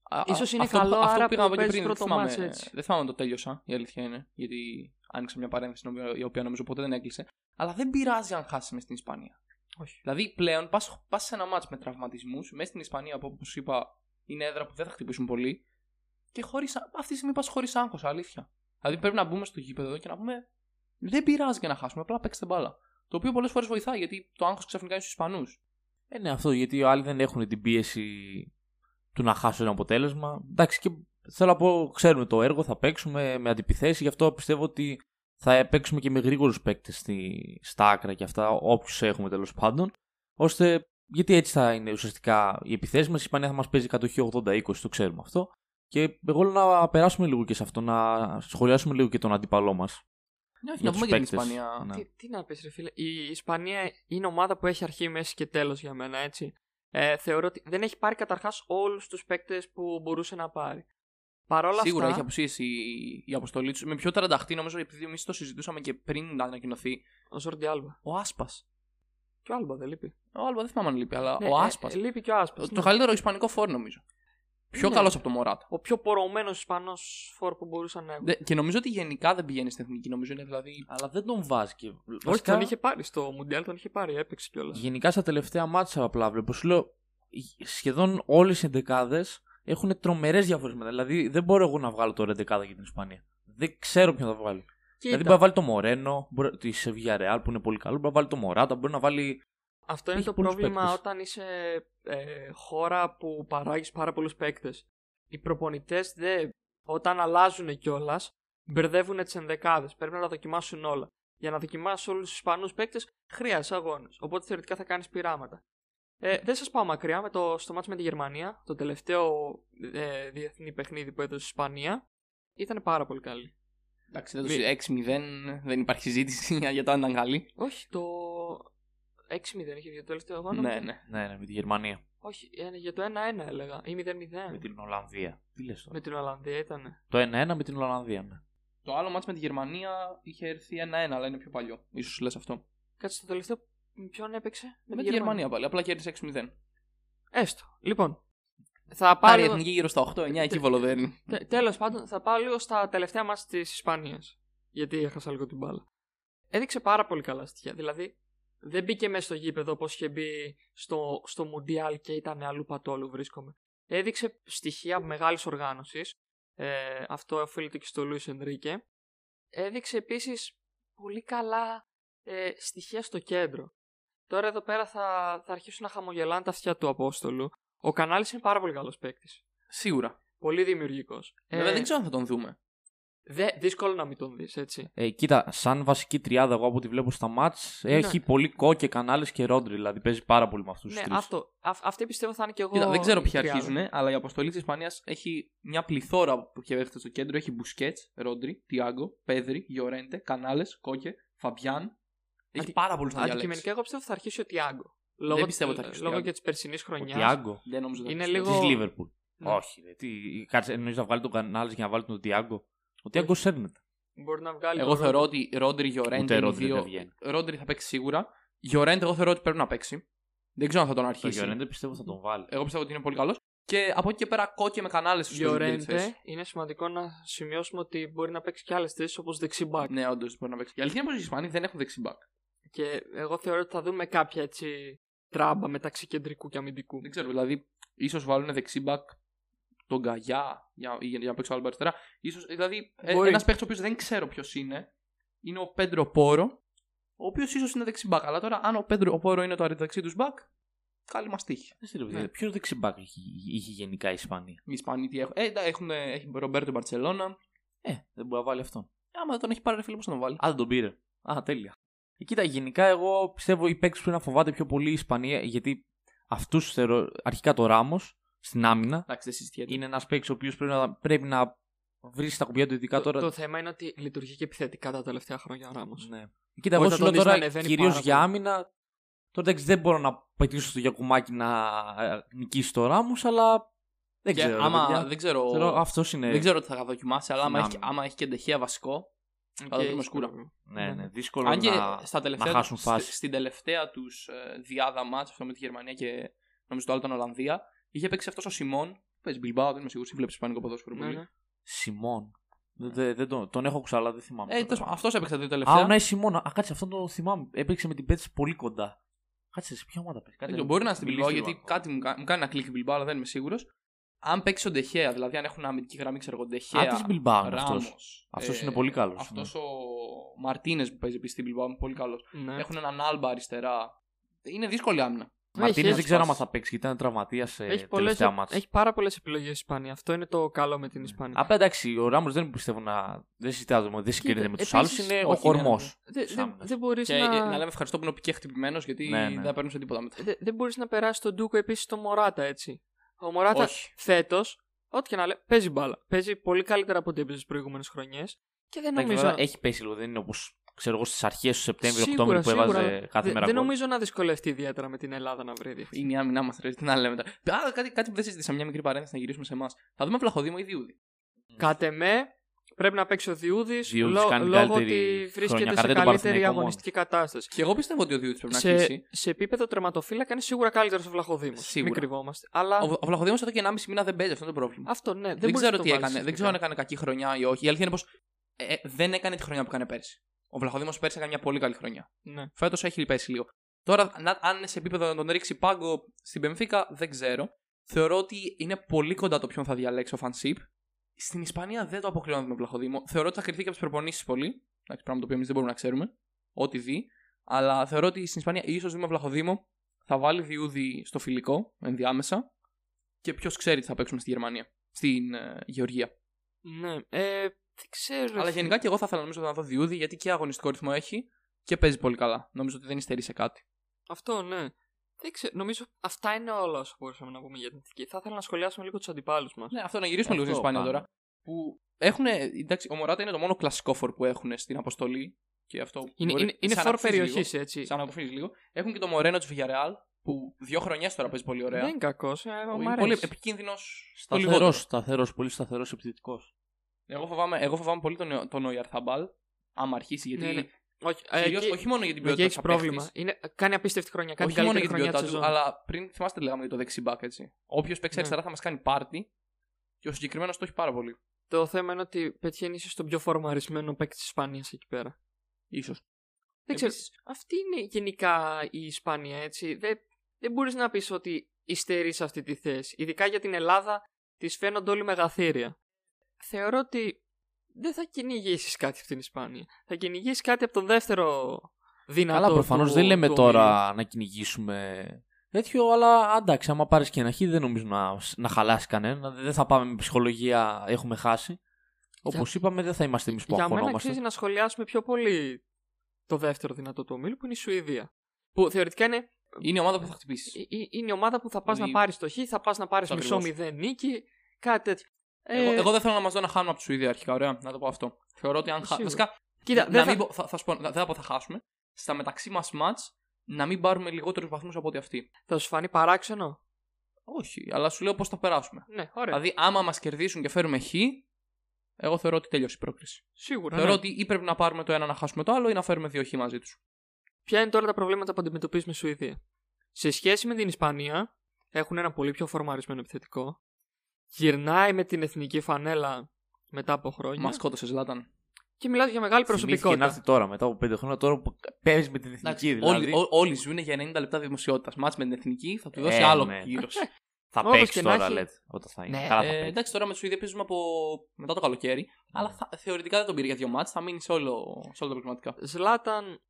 α-
Ίσως
α-
είναι
αυτό,
καλό,
αυτό
άρα
που πήγαμε
που
από εκεί
παίζεις
πριν. Δεν
πρώτο
θυμάμαι,
μάτς έτσι.
δεν θυμάμαι αν το τέλειωσα. Η αλήθεια είναι. Γιατί άνοιξα μια παρένθεση η οποία- η οποία νομίζω ποτέ δεν έκλεισε. Αλλά δεν πειράζει αν χάσει με στην Ισπανία.
Όχι.
Δηλαδή πλέον πας σε ένα μάτ με τραυματισμούς μέσα στην Ισπανία που όπως είπα είναι έδρα που δεν θα χτυπήσουν πολύ. Και χωρίς, α- αυτή τη στιγμή πας χωρίς άγχος, αλήθεια. Δηλαδή πρέπει να μπούμε στο γήπεδο και να πούμε δεν πειράζει για να χάσουμε, απλά παίξτε μπάλα. Το οποίο πολλές φορές βοηθάει γιατί το άγχος ξαφνικά είναι στους Ισπανούς.
Ε, ναι, αυτό γιατί οι άλλοι δεν έχουν την πίεση του να χάσουν ένα αποτέλεσμα. Εντάξει, και θέλω να πω, ξέρουμε το έργο, θα παίξουμε με αντιπιθέσεις, γι' αυτό πιστεύω ότι θα παίξουμε και με γρήγορους παίκτες στα άκρα και αυτά, όποιους έχουμε τέλος πάντων. Ώστε, γιατί έτσι θα είναι ουσιαστικά οι επιθέσεις μας. Η Ισπανία θα μας παίζει κατοχή 80-20, το ξέρουμε αυτό. Και εγώ λέω να περάσουμε λίγο και σε αυτό, να σχολιάσουμε λίγο και τον αντίπαλό μας.
Ναι, όχι,
Για
να
τους
πούμε για την
παίκτες.
Ισπανία.
Ναι.
Τι, τι να πεις ρε φίλε, η Ισπανία είναι ομάδα που έχει αρχή, μέση και τέλος για μένα έτσι. Ε, θεωρώ ότι δεν έχει πάρει καταρχάς όλους τους παίκτες που μπορούσε να πάρει. Παρόλα
Σίγουρα
αυτά,
έχει αποσύσει η, η αποστολή τους. Με πιο ταρανταχτή νομίζω, επειδή εμείς το συζητούσαμε και πριν να ανακοινωθεί.
ο Ζορντι Άλμπα.
Ο Άσπας.
Και ο Άλμπα δεν λείπει.
Ο Άλμπα δεν θυμάμαι αν λείπει, αλλά
Ναι,
ο
ε,
Άσπας.
ε, λείπει και ο Άσπας.
το
ναι.
καλύτερο ισπανικό φόρ νομίζω. Πιο
Ναι.
καλός από το Μωράτα.
Ο πιο πορωμένος Ισπανός φόρ που μπορούσαν να έχουν.
Δε- Και νομίζω ότι γενικά δεν πηγαίνει στην εθνική. Νομίζω είναι δηλαδή.
Αλλά δεν τον βάζει και.
Όχι,
βασικά-
τον είχε πάρει στο Μουντιάλ, τον είχε πάρει, έπαιξε κιόλας.
Γενικά στα τελευταία μάτσα απλά βλέπω. Σου λέω σχεδόν όλες οι εντεκάδες έχουν τρομερέ διαφορέ μετά. Δηλαδή δεν μπορώ εγώ να βγάλω τώρα εντεκάδα για την Ισπανία. Δεν ξέρω ποιον θα βγάλω. Δηλαδή μπορεί να βάλει το Μορένο μπορεί... τη Villarreal που είναι πολύ καλό, μπορεί να βάλει το Μωράτα, μπορεί να βάλει.
Αυτό είναι
Έχει
το
πολλούς
πρόβλημα
παίκτες.
όταν είσαι ε, χώρα που παράγεις πάρα πολλούς παίκτες. Οι προπονητές όταν αλλάζουν κιόλα, μπερδεύουν τις ενδεκάδες. Πρέπει να τα δοκιμάσουν όλα. Για να δοκιμάσεις όλους τους Ισπανούς παίκτες, χρειάζεσαι αγώνες. Οπότε θεωρητικά θα κάνεις πειράματα. Ε, δεν σας πάω μακριά με το, στο μάτς με τη Γερμανία. Το τελευταίο ε, διεθνή παιχνίδι που έδωσε η Ισπανία ήταν πάρα πολύ καλή.
Εντάξει, δεν 6-0, δεν υπάρχει συζήτηση για το αν ήταν καλή.
Όχι, το 6-0 είχε βγει το τελευταίο αγώνα.
Ναι, ναι.
Ναι, ναι, με τη Γερμανία.
Όχι, ε, για το 1-1 έλεγα. Ή 0-0.
Με την Ολλανδία. Τι λες τώρα.
Με την Ολλανδία ήταν.
Το 1-1 με την Ολλανδία. Ναι.
Το άλλο μάτς με τη Γερμανία είχε έρθει 1-1, αλλά είναι πιο παλιό. Ίσως λες αυτό.
Κάτσε το τελευταίο. με Ποιον έπαιξε,
Με τη Γερμανία πάλι, απλά κέρδισε 6-0.
Έστω. Λοιπόν, θα πάω.
Πάρει η
Λίγο...
εθνική γύρω στα 8-9, εκεί
Ε, Τε-
βολοδέρνει.
Τέλος πάντων, θα πάω λίγο στα τελευταία μάτια της Ισπανία. Γιατί έχασα λίγο την μπάλα. Έδειξε πάρα πολύ καλά στοιχεία. Δηλαδή, δεν μπήκε μέσα στο γήπεδο όπως είχε μπει στο, στο Μουντιάλ και ήταν αλλού πατόλου βρίσκομαι. Έδειξε στοιχεία μεγάλης οργάνωσης. Ε, αυτό οφείλεται και στο Λούι Ενρίκε. Έδειξε επίσης πολύ καλά ε, στοιχεία στο κέντρο. Τώρα εδώ πέρα θα, θα αρχίσουν να χαμογελάνε τα αυτιά του Απόστολου. Ο Κανάλης είναι πάρα πολύ καλός παίκτης.
Σίγουρα.
Πολύ Ε, δημιουργικό.
Βέβαια δεν ξέρω αν θα τον δούμε.
Δε, δύσκολο να μην τον δεις, έτσι.
Ε, κοίτα, σαν βασική τριάδα, εγώ από ό,τι βλέπω στα μάτς,
Ναι.
έχει πολύ κόκε, κανάλε και ρόντρι. Δηλαδή παίζει πάρα πολύ με αυτούς
ναι,
τους τρει.
αυτό. Α, αυτή πιστεύω θα είναι και εγώ.
Κοίτα, δεν ξέρω
η
ποιοι
τριάδα.
αρχίζουν, ε, αλλά η αποστολή της Ισπανίας έχει μια πληθώρα που χαιρεύεται στο κέντρο. Έχει Μπουσκέτ, Ρόντρι, Τιάγκο, Πέδρη, Γιορέντε, Κανάλε, Κόκε, Φαβιάν. Έχει
Αντι-
πάρα πολλούς να
Αντικειμενικά,
διαλέξει.
εγώ πιστεύω θα αρχίσει ο Τιάγκο. Λόγω,
πιστεύω ότι θα αρχίσει ο
λόγω
Τιάγκο.
και της περσινής
Ο
χρονιάς.
Τιάγκο.
Δεν νομίζω ότι θα
Είναι
αρχίσει.
λίγο-
Της Λίβερπουλ.
Ναι.
Όχι. Ρε, τι, κάτσε, εννοείς να βάλει τον κανάλε για να βάλει τον Τιάγκο. Ο Τιάγκο σέρνεται.
Μπορεί να βγάλει.
Εγώ
τον
θεωρώ
Ρόντρι.
ότι Ρόντρι, Γιορέντε.
Ούτε
είναι
Ρόντρι
δύο-
δεν βγαίνει.
Ρόντρι θα παίξει σίγουρα. Γιορέντε, εγώ θεωρώ ότι πρέπει να παίξει. Δεν ξέρω αν θα τον
Το
αρχίσει.
Γιωρέντε πιστεύω θα τον βάλει.
Εγώ πιστεύω ότι είναι πολύ καλός. Και από εκεί και πέρα, Κόκε με Κανάλες στους
Γιορέντε, είναι σημαντικό να σημειώσουμε ότι μπορεί να παίξει και άλλες θέσει όπως δεξιμπάκ.
Ναι, όντως μπορεί να παίξει. Η αλήθεια είναι πως οι Ισπανοί δεν έχουν δεξιμπάκ.
Και εγώ θεωρώ ότι θα δούμε κάποια έτσι τράμπα μεταξύ κεντρικού και αμυντικού.
Δεν ξέρω, δηλαδή, ίσως βάλουν δεξιμπακ τον Καγιά για, για, για να παίξω άλλο αριστερά. Ίσως, δηλαδή,
Μπορεί.
ένας παίχτη ο οποίος δεν ξέρω ποιος είναι, είναι ο Πέντρο Πόρο, ο οποίος ίσως είναι δεξιμπακ. Αλλά τώρα, αν ο Πέντρο Πόρο είναι το αριστερό τους μπακ, καλή μας τύχη.
Ναι. Ποιο δεξιμπάκ είχε, είχε γενικά η Ισπανία.
Οι Ισπανοί τι έχουν. Ε, τα έχουν, έχει Ρομπέρτο Μπαρσελόνα.
Ε, δεν μπορεί να βάλει αυτόν.
Άμα δεν τον έχει πάρει, ρε φίλε, πώς τον βάλει.
Α, δεν τον πήρε. Α, τέλεια. Ε, κοίτα, γενικά εγώ πιστεύω οι παίκτες πρέπει να φοβάται πιο πολύ η Ισπανία γιατί αυτούς θεωρώ. Αρχικά το Ράμος στην άμυνα
Εντάξει, δεν συζητιέται.
είναι ένας παίκτης ο οποίος πρέπει να, πρέπει να βρει στα κουμπιά του, ειδικά τώρα.
Το, το θέμα είναι ότι λειτουργεί και επιθετικά τα τελευταία χρόνια ο Ράμος.
Ναι. Κοίτα,
Όχι,
εγώ σου
τον
λέω
Ισπανό
τώρα
ανεβαίνει
κυρίως
πάρα
για
πολύ.
άμυνα. Τώρα εντάξει, δεν μπορώ να πετύσω στο Γιακουμάκι να ε, νικήσει το Ράμος, αλλά δεν
Και
ξέρω. ρε
άμα,
παιδιά.
δεν ξέρω.
Θεωρώ αυτός είναι.
Δεν ξέρω τι θα δοκιμάσει, αλλά άμα
Να-
έχει, άμα έχει και ντεχεία βασικό.
Και
δούμε
έχει
σκούρα.
πρόβλημα.
Ναι, ναι, δύσκολο
Αν και
να...
στα τελευταία,
χάσουν
σ-
φάση.
στην τελευταία τους διάδα μάτς, αυτό με τη Γερμανία και νομίζω το άλλο ήταν Ολλανδία, είχε παίξει αυτός ο Σιμών. Παίζει Μπιλμπάο, δεν είμαι σίγουρος, βλέπεις Ισπανικό ποδόσφαιρο
Ναι,
πολύ.
ναι.
Σιμών. Δεν, δεν- δεν τον, τον έχω ακούσει, αλλά δεν θυμάμαι.
Ε,
τώρα.
αυτός έπαιξε τα δύο
Α, ναι,
τελευταία.
ο Νάι Σιμών. Α, κάτσε, αυτόν τον θυμάμαι. Έπαιξε με την Πέτση πολύ κοντά. Κάτσε, σε ποια ομάδα παίζει.
Δεν ξέρω, Ε, μπορεί να είναι στην Μπιλμπάο,
Μιλήστε
γιατί
λίγο.
κάτι μου, κα- μου κάνει να κλικ Μπιλμπάο, αλλά δεν είμαι σίγουρος. Αν παίξει ο Ντεχέα, δηλαδή αν έχουν αμυντική γραμμή, ξέρω εγώ, Ντεχέα.
Α, της Bilbao είναι αυτός.
Ράμος, ε,
Αυτός είναι πολύ καλός, ναι.
αυτός ο Μαρτίνες που παίζει επίση στην Bilbao είναι πολύ καλός.
Ναι.
Έχουν έναν άλμπα αριστερά. Είναι δύσκολη άμυνα.
Μαρτίνες
Έχει-
δεν ξέρω αν θα παίξει, ήταν τραυματίας
ε,
σε
Έχει, πολλές,
τελευταία μάτσα.
έχει πάρα πολλές επιλογές η Ισπανία. Αυτό είναι το καλό με την Ισπανία.
Ναι. Απλά εντάξει, ο Ράμος δεν πιστεύω να. Δεν συζητάζομαι, δεν συγκρίνεται με τους άλλους.
επίσης,
Είναι ο
όχι,
κορμός.
ναι,
Δε-
Σαν
δε-
άμυνας.
Δεν μπορείς
Και ε, να
να,
λέμε ευχαριστώ που είναι ο Πικέ χτυπημένος, γιατί
Ναι, ναι.
δεν θα παίρνουμε τίποτα μετά.
δε- δεν μπορείς να περάσεις τον Ντούκο επίσης το Μωράτα έτσι. Ο Μωράτα
Όχι.
φέτος, ό,τι και να λέει, παίζει μπάλα. Παίζει πολύ καλύτερα από ό,τι έπαιζε τι προηγούμενες χρονιές και δεν
Εντάξει,
νομίζω.
βέβαια, Έχει πέσει λίγο, δεν είναι όπως ξέρω εγώ στις αρχές του Σεπτέμβρη-Οκτώβρη
Σίγουρα,
που
σίγουρα,
έβαζε
αλλά
κάθε
δε-
μέρα
Δεν
γκολ.
νομίζω να δυσκολευτεί ιδιαίτερα με την Ελλάδα να βρει διεθνή.
Είναι η άμυνά μα, ρε. Τι να λέμε τώρα. Α, κάτι, κάτι που δεν συζητήσαμε, μια μικρή παρένθεση να γυρίσουμε σε εμάς. Θα δούμε Βλαχοδήμο ή Διούδη.
Κατ' εμέ πρέπει να παίξει ο Διούδης
Διούδης κάνει
λόγω
καλύτερη
ότι βρίσκεται
χρονιά.
σε
Καρδέ τον
καλύτερη
Παναθηναϊκό
αγωνιστική κατάσταση.
Και εγώ πιστεύω ότι ο Διούδης πρέπει να
Σε,
κλείσει.
σε επίπεδο τερματοφύλακα είναι σίγουρα καλύτερος ο Βλαχοδήμος. Μην
Σίγουρα.
κρυβόμαστε. Αλλά
Ο, ο Βλαχοδήμος εδώ και 1,5 μήνα δεν παίζει, αυτό είναι το πρόβλημα.
αυτό ναι, δεν,
δεν,
μπορείς
ξέρω
να
τι
το βάλεις
έκανε. Δεν ξέρω
τεχνικά.
αν έκανε κακή χρονιά ή όχι. Η αλήθεια είναι πως ε, δεν έκανε τη χρονιά που έκανε πέρσι. Ο Βλαχοδήμος πέρσι έκανε μια πολύ καλή χρονιά.
Ναι.
Φέτος έχει πέσει λίγο. Τώρα, να- αν είναι σε επίπεδο να τον ρίξει πάγκο στην Πενφύκα, δεν ξέρω. Θεωρώ ότι είναι πολύ κοντά το ποιον θα διαλέξει ο Φανσίπ. Στην Ισπανία δεν το αποκλειώνω με τον Βλαχοδήμο. Θεωρώ ότι θα κρυθεί και από τις προπονήσεις πολύ. Εντάξει, πράγμα το οποίο εμείς δεν μπορούμε να ξέρουμε. Ό,τι δει. Αλλά θεωρώ ότι στην Ισπανία ίσως Δήμο Βλαχοδήμο θα βάλει διούδι στο φιλικό ενδιάμεσα. Και ποιος ξέρει τι θα παίξουμε στη Γερμανία. Στην ε, Γεωργία.
Ναι, ε, δεν ξέρω.
Αλλά
φίλε.
γενικά και εγώ θα ήθελα νομίζω να δω διούδι γιατί και αγωνιστικό ρυθμό έχει και παίζει πολύ καλά. Νομίζω ότι δεν υστερεί σε κάτι.
Αυτό, ναι. Δεν ξέρω. Νομίζω αυτά είναι όλα όσο μπορούσαμε να πούμε για την Εθνική. Θα ήθελα να σχολιάσουμε λίγο τους αντιπάλους μας.
Ναι, αυτό να γυρίσουμε λίγο στην
Αυτό,
Ισπανία
πάμε.
τώρα. Που έχουν. Εντάξει, ο Μωράτα είναι το μόνο κλασικό φορ που έχουν στην αποστολή. Και αυτό
Είναι,
μπορεί-
είναι, είναι
σαν
φορ
αποφύγεις λίγο.
περιοχή, έτσι.
Σαν να αποφύγει λίγο. Έχουν και το Μωρένο της Villarreal που δύο χρονιά τώρα παίζει πολύ ωραία.
Δεν είναι κακός. Ε, μου
είναι
αρέσει.
πολύ επικίνδυνο.
Σταθερό, σταθερός, πολύ σταθερός επιθετικός.
Εγώ φοβάμαι, εγώ φοβάμαι πολύ τον, τον Οιαρθαμπάλ. Άμα αρχίσει, γιατί.
Ναι, ναι. Όχι, ε,
κυρίως-
εκεί-
όχι μόνο για
εκεί
την ποιότητα
έχεις
σαν
πρόβλημα.
παίκτης.
Είναι, κάνει απίστευτη χρονιά. Κάνει
όχι μόνο για
καλύτερη
την
χρονιά
ποιότητά
τη
του,
ζωή.
αλλά πριν θυμάστε λέγαμε για το δεξιμπάκ έτσι. Όποιος παίξει
Ναι.
αριστερά θα μας κάνει πάρτι και ο συγκεκριμένος το έχει πάρα πολύ.
Το θέμα είναι ότι πετυχαίνει ίσως τον πιο φορμαρισμένο παίκτη της Ισπανίας εκεί πέρα.
σω.
Ε, Δεν ξέρω. Αυτή είναι γενικά η Ισπανία, έτσι. Δεν, δεν μπορείς να πεις ότι υστερείς σε αυτή τη θέση. Ειδικά για την Ελλάδα, της φαίνονται όλοι μεγαθύρια. Θεωρώ ότι δεν θα κυνηγήσεις κάτι από την Ισπανία. Θα κυνηγήσεις κάτι από τον δεύτερο δυνατό.
Καλά, προφανώ
του-
δεν λέμε
του ομίλου.
τώρα να κυνηγήσουμε τέτοιο, αλλά εντάξει, άμα πάρεις και ένα χ, δεν νομίζω να, να χαλάσει κανένα. Δεν θα πάμε με ψυχολογία, έχουμε χάσει. Όπως είπαμε, δεν θα είμαστε εμείς που
Για μένα αξίζει
αγχωνόμαστε.
να σχολιάσουμε πιο πολύ το δεύτερο δυνατό του ομίλου που είναι η Σουηδία. Που θεωρητικά είναι,
Είναι η ομάδα που θα χτυπήσεις.
ε- ε- είναι η ομάδα που θα πας
Δηλαδή-
να πάρεις το χ, θα πας να πάρεις
Ακριβώς.
μισό μηδέν νίκη, κάτι τέτοιο. Ε,
Εγώ, εγώ δεν θέλω να μας δω να χάνουμε από τη Σουηδία αρχικά, ωραία, να το πω αυτό. Θεωρώ ότι αν χα...
Σίγουρα.
Βασικά,
Ε, κοίτα,
να
δεν θα...
μην πω- θα... θα σου πω- δεν θα πω θα χάσουμε. Στα μεταξύ μας μάτ να μην πάρουμε λιγότερους βαθμούς από ό,τι αυτοί.
θα σου φανεί παράξενο.
Όχι, αλλά σου λέω πώς θα περάσουμε.
Ναι, ωραία.
Δηλαδή, άμα μας κερδίσουν και φέρουμε χ, εγώ θεωρώ ότι τέλειωσε η πρόκληση.
Σίγουρα.
θεωρώ
ναι.
ότι ή πρέπει να πάρουμε το ένα να χάσουμε το άλλο ή να φέρουμε δύο χ μαζί τους.
Ποια είναι τώρα τα προβλήματα που αντιμετωπίζεις με Σουηδία. Σε σχέση με την Ισπανία, έχουν ένα πολύ πιο φορμαρισμένο επιθετικό. Γυρνάει με την εθνική φανέλα μετά από χρόνια.
Μα σκότωσε, Λάταν.
Και μιλάω για μεγάλη
Θυμήθηκε να
προσωπικότητα.
έρθει τώρα, μετά από πέντε χρόνια, τώρα που παίζεις με την εθνική. Δηλαδή,
Όλοι, ό- όλοι ζουν για 90 λεπτά δημοσιότητας. Μάτς με την εθνική θα του δώσει
Ε,
άλλο
ναι.
γύρος.
θα
όπως
παίξεις
και να
τώρα,
έχει-
λέτε. Όταν θα είναι.
Ναι,
Καλά θα
Ε,
παίξεις.
εντάξει, τώρα με τη Σουηδία παίζουμε από μετά το καλοκαίρι. Αλλά θα, θεωρητικά δεν τον πήρε για δύο μάτς, θα μείνει σε, όλο, σε όλα τα προβληματικά.
Ζλάταν.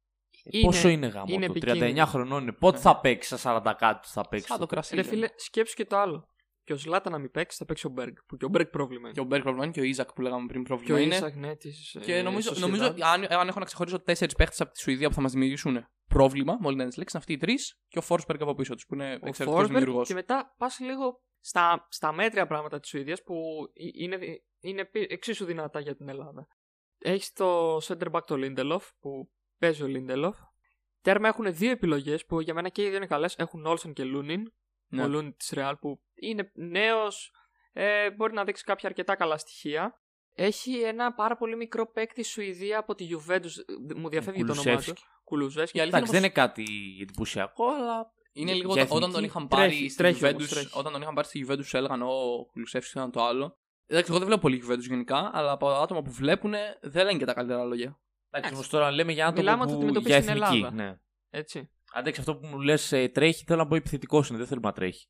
Ε, Πόσο είναι γάμο
είναι
του,
επικίνδυνο.
39 χρονών είναι. Πότε θα παίξεις, στα 40 κάτι του θα παίξεις.
Σαν το
τότε.
κρασί.
Ρε
λέμε.
φίλε, σκέψου και το άλλο. Και ο Ζλάτα να μην παίξει, θα παίξει ο Μπέργκ. Που και ο Μπέργκ πρόβλημα
Και
είναι.
ο Μπέρκ πρόβλημα είναι και ο Ιζακ που λέγαμε πριν
Και ο
πρόβλημα είναι.
Ίσακ, ναι, της, ε,
Και νομίζω,
Sociedad.
νομίζω ότι αν, αν έχω να ξεχωρίσω τέσσερις παίχτες από τη Σουηδία που θα μας δημιουργήσουν πρόβλημα, μόλι να τι λέξει, είναι αυτοί οι τρεις και ο Φόρσπεργκ από πίσω τους που είναι
ο
εξαιρετικός
Forsberg
δημιουργός.
Και μετά πας λίγο στα, στα μέτρια πράγματα της Σουηδίας που ε- είναι, δι- είναι επί- εξίσου δυνατά για την Ελλάδα. Έχεις το center back το Lindelof που παίζει ο Lindelof. Τέρμα έχουν δύο επιλογές που για μένα και οι δύο είναι καλές. Έχουν Olsen και Λούνιν.
Ναι.
Ο Λούνιν τη Ρεάλ που είναι νέος, ε, μπορεί να δείξει κάποια αρκετά καλά στοιχεία. Έχει ένα πάρα πολύ μικρό παίκτη Σουηδία από τη Juventus. Μου διαφεύγει το όνομά του.
Κουλουσεύσκι.
Κουλουζέσκι.
Η αλήθεια
Εντάξει, δεν είναι κάτι εντυπωσιακό, αλλά.
Είναι
Για
λίγο όταν- όταν
εθνική.
τον είχαν
Τρέχει,
πάρει στη
τρέχει
Juventus,
όμως, τρέχει.
όταν τον είχαν πάρει στη Juventus έλεγαν ο Κουλουσεύσκη ήταν το άλλο. Εντάξει, εγώ δεν βλέπω πολύ Juventus γενικά, αλλά από τα άτομα που βλέπουν δεν λένε και τα καλύτερα λόγια.
Εντάξει, όμως τώρα λέμε για άτομο
Μιλάμε
που
ότι αντιμετωπίζει
για
την
εθνική.
Ελλάδα.
Ναι.
Έτσι.
Αντέξει αυτό που μου λες τρέχει, θέλω να πω επιθετικός είναι, δεν θέλουμε να τρέχει.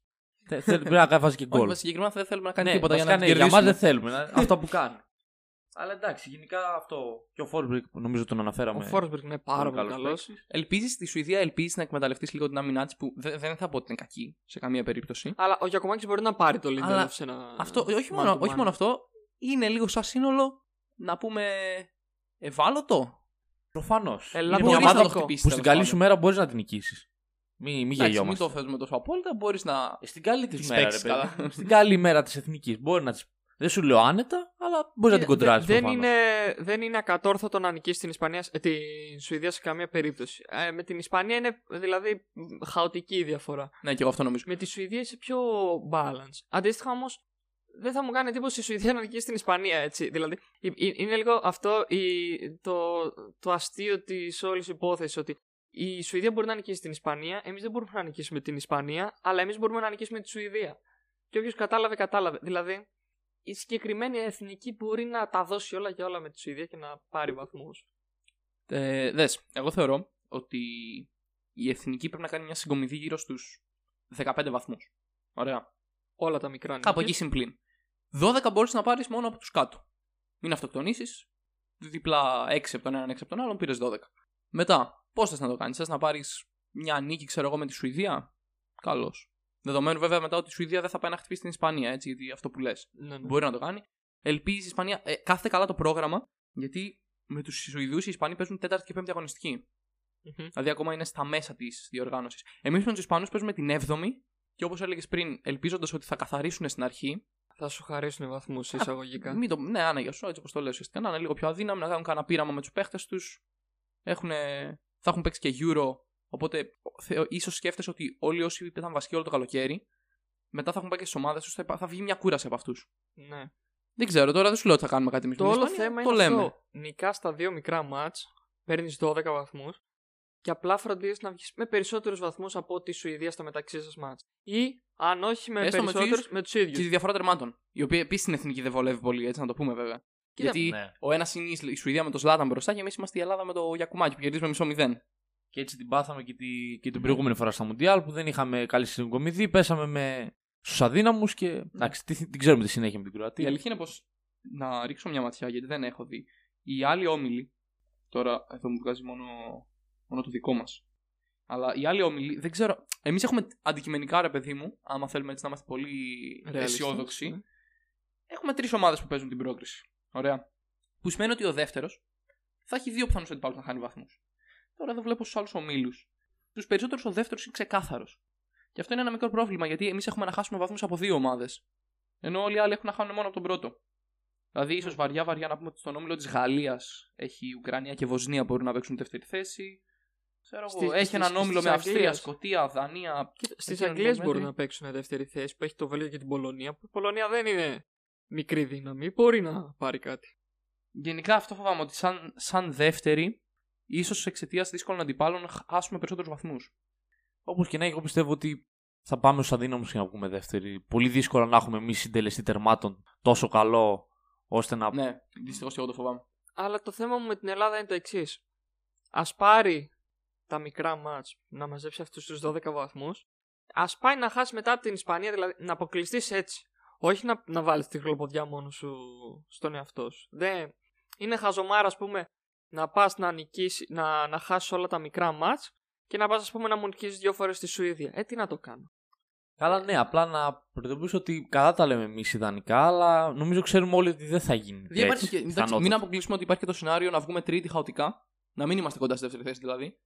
Θε- θέλ- Πρέπει να βάζεις και
Όχι,
γκολ.
μα συγκεκριμένα δεν θέλουμε να κάνει
Ναι,
τίποτα για
βασικά,
να την
ναι, για μας
κερδίσουμε.
δεν θέλουμε. να- Αυτό που κάνει. Αλλά εντάξει, γενικά αυτό. Και ο Φόρμπρικ νομίζω τον αναφέραμε.
Ο Φόρσμπεργκ είναι πάρα
πολύ
πολύ
καλός
καλός.
Ελπίζεις στη Σουηδία, ελπίζεις να εκμεταλλευτείς λίγο την άμυνά της που δεν, δεν θα πω ότι είναι κακή σε καμία περίπτωση.
Αλλά ο Γιακουμάκη μπορεί να πάρει το Lindelof
Αλλά
σε ένα.
Αυτό, όχι
man
μόνο,
to
όχι
man.
μόνο αυτό, είναι λίγο σαν σύνολο να πούμε ευάλωτο.
Προφανώς.
Ελλάδα
Είναι
Μπορείς
μια
μπορείς
ομάδα
να το
που-
χτυπήσεις,
που στην
τέλος
καλή σου
πάντων.
μέρα μπορείς να την νικήσεις. Μην μη
Εντάξει, μην
γελιόμαστε.
το θέσουμε τόσο απόλυτα, μπορείς να.
Ε, Στην καλή της
Τις
μέρα, ρε
παίξεις καλά.
παιδί. Στην καλή μέρα της εθνικής. Μπορεί να της. Δεν σου λέω άνετα, αλλά μπορείς να την
Ε,
Δε-
κοντράρει.
δεν, είναι, δεν είναι ακατόρθωτο να νικήσεις την, Ισπανία, ε, την Σουηδία σε καμία περίπτωση. Ε, με την Ισπανία είναι δηλαδή μ, χαοτική η διαφορά.
Ναι, και εγώ αυτό νομίζω.
Με τη Σουηδία είσαι πιο balance. Αντίστοιχα όμως, δεν θα μου κάνει εντύπωση η Σουηδία να νικήσει την Ισπανία, έτσι. Δηλαδή, ε, ε, είναι λίγο αυτό η- το, το αστείο της όλης υπόθεσης ότι η Σουηδία μπορεί να νικήσει την Ισπανία, εμείς δεν μπορούμε να νικήσουμε την Ισπανία, αλλά εμείς μπορούμε να νικήσουμε τη Σουηδία. Και όποιος κατάλαβε, κατάλαβε. Δηλαδή, η συγκεκριμένη εθνική μπορεί να τα δώσει όλα για όλα με τη Σουηδία και να πάρει βαθμούς.
Ε, δες, εγώ θεωρώ ότι η εθνική πρέπει να κάνει μια συγκομιδή γύρω στους 15 βαθμούς. Ωραία.
Όλα τα μικρά νίκες.
Κάπου εκεί συμπλήν. 12 μπορείς να πάρεις μόνο από τους κάτω. Μην αυτοκτονήσεις. διπλά 6 από τον έναν, 6 από τον άλλον, πήρες 12. Μετά, πώς θες να το κάνεις, θες να πάρεις μια νίκη, ξέρω εγώ, με τη Σουηδία. Καλώς. Δεδομένου βέβαια μετά ότι η Σουηδία δεν θα πάει να χτυπήσει την Ισπανία, έτσι, γιατί αυτό που λες.
Ναι, ναι.
Μπορεί να το κάνει. Ελπίζεις η Ισπανία. Ε, κάθεται καλά το πρόγραμμα, γιατί με τους Σουηδούς οι Ισπανοί παίζουν τέταρτη και πέμπτη αγωνιστική.
Μμμ.
Δηλαδή ακόμα είναι στα μέσα της διοργάνωσης. Εμείς με τους Ισπανού παίζουμε την 7η και όπως έλεγες πριν, ελπίζοντας ότι θα καθαρίσουν στην αρχή.
Θα σου χαρίσουν βαθμού εισαγωγικά.
Μην το, ναι, άνα για σου, έτσι όπως το λέω ουσιαστικά. Να είναι λίγο πιο αδύναμοι, να κάνουν κανένα πείραμα με τους παίχτες τους. θα έχουν παίξει και Euro. Οπότε ίσως σκέφτεσαι ότι όλοι όσοι ήταν βασικοί όλο το καλοκαίρι, μετά θα έχουν πάει και στις ομάδες τους, θα, υπά- θα βγει μια κούραση από αυτούς.
Ναι.
Δεν ξέρω τώρα, δεν σου λέω ότι θα κάνουμε κάτι εμεί.
Το όλο θέμα
το
είναι
λέμε.
αυτό. Νικά τα δύο μικρά μάτ, παίρνεις 12 βαθμούς και απλά φροντίζεις να βγεις με περισσότερους βαθμούς από ό,τι η Σουηδία στα μεταξύ σας μάτ. Ή αν όχι με
Έστω με τους
περισσότερου,
ίδιους.
με τους ίδιους.
Και τη διαφορά τερμάτων. Η οποία επίσης στην εθνική δεν βολεύει πολύ, έτσι να το πούμε βέβαια.
Κοίτα,
Γιατί
ναι.
ο ένας είναι η Ισλ- η Σουηδία με το Σλάταν μπροστά και εμείς είμαστε η Ελλάδα με το Γιακουμάκι που κερδίζουμε μισό μηδέν.
Και έτσι την πάθαμε και, τη, και την προηγούμενη φορά στα Μουντιάλ που δεν είχαμε καλή συγκομιδή. Πέσαμε με στους αδύναμους και. Εντάξει, τι- την ξέρουμε τη συνέχεια με την
Ναι. Η
Κροατία.
αλήθεια είναι πως. Να ρίξω μια ματιά γιατί δεν έχω δει. Οι άλλοι όμιλοι. Τώρα εδώ μου βγάζει μόνο, μόνο το δικό μας. Αλλά οι άλλοι όμιλοι δεν ξέρω. Εμείς έχουμε αντικειμενικά ρε παιδί μου, άμα θέλουμε έτσι να είμαστε πολύ
Ρεαλιστές,
αισιόδοξοι.
ναι.
Έχουμε τρεις ομάδες που παίζουν την πρόκριση. Ωραία. Που σημαίνει ότι ο δεύτερος θα έχει δύο πιθανούς αντιπάλους να χάνει βαθμούς. Τώρα εδώ βλέπω στους άλλους ομίλους. Στου περισσότερους ο δεύτερος είναι ξεκάθαρος. Και αυτό είναι ένα μικρό πρόβλημα γιατί εμείς έχουμε να χάσουμε βαθμούς από δύο ομάδες. Ενώ όλοι οι άλλοι έχουν να χάνουν μόνο από τον πρώτο. Δηλαδή, ίσως βαριά, βαριά να πούμε ότι στον όμιλο της Γαλλίας έχει η Ουκρανία και η Βοσνία που μπορούν να παίξουν δεύτερη θέση. Ξέρω εγώ,
Στις-
έχει
στις-
έναν όμιλο
στις
με Αυστρία,
Αγγλίας.
Σκοτία, Δανία.
Στι
εκείνο
Αγγλίε
το
μπορούν
μέτρη.
να παίξουν δεύτερη θέση που έχει το Βέλγιο και την Πολωνία. Που η Πολωνία δεν είναι μικρή δύναμη, μπορεί να πάρει κάτι.
Γενικά αυτό φοβάμαι ότι σαν, σαν δεύτερη, ίσως εξαιτίας δύσκολων αντιπάλων, χάσουμε περισσότερους βαθμούς.
Όπως και να έχει, εγώ πιστεύω ότι θα πάμε στου αδύναμου για να βγούμε δεύτερη. Πολύ δύσκολα να έχουμε εμείς συντελεστή τερμάτων τόσο καλό ώστε να.
Ναι, δυστυχώς και εγώ το φοβάμαι.
Αλλά το θέμα μου με την Ελλάδα είναι το εξής. Ας πάρει τα μικρά μάτ να μαζέψει αυτούς τους 12 βαθμούς. Ας πάει να χάσει μετά από την Ισπανία, δηλαδή να αποκλειστείς έτσι. Όχι να, να βάλεις τη χλοποδιά μόνος σου στον εαυτό σου. Δεν. Είναι χαζομάρα, ας πούμε, να πας να νικήσεις, να, να χάσεις όλα τα μικρά μάτ και να πας, ας πούμε, να μου νικήσει δύο φορές στη Σουηδία. Ε, τι να το κάνω.
Καλά, ναι, απλά να προειδοποιήσω ότι καλά τα λέμε εμείς ιδανικά, αλλά νομίζω ξέρουμε όλοι ότι δεν θα γίνει.
Δεν υπάρχει και- εντάξει,
πιθανότατα.
μην αποκλείσουμε ότι υπάρχει και το σενάριο να βγούμε τρίτη χαοτικά, να μην είμαστε κοντά στη δεύτερη θέση δηλαδή.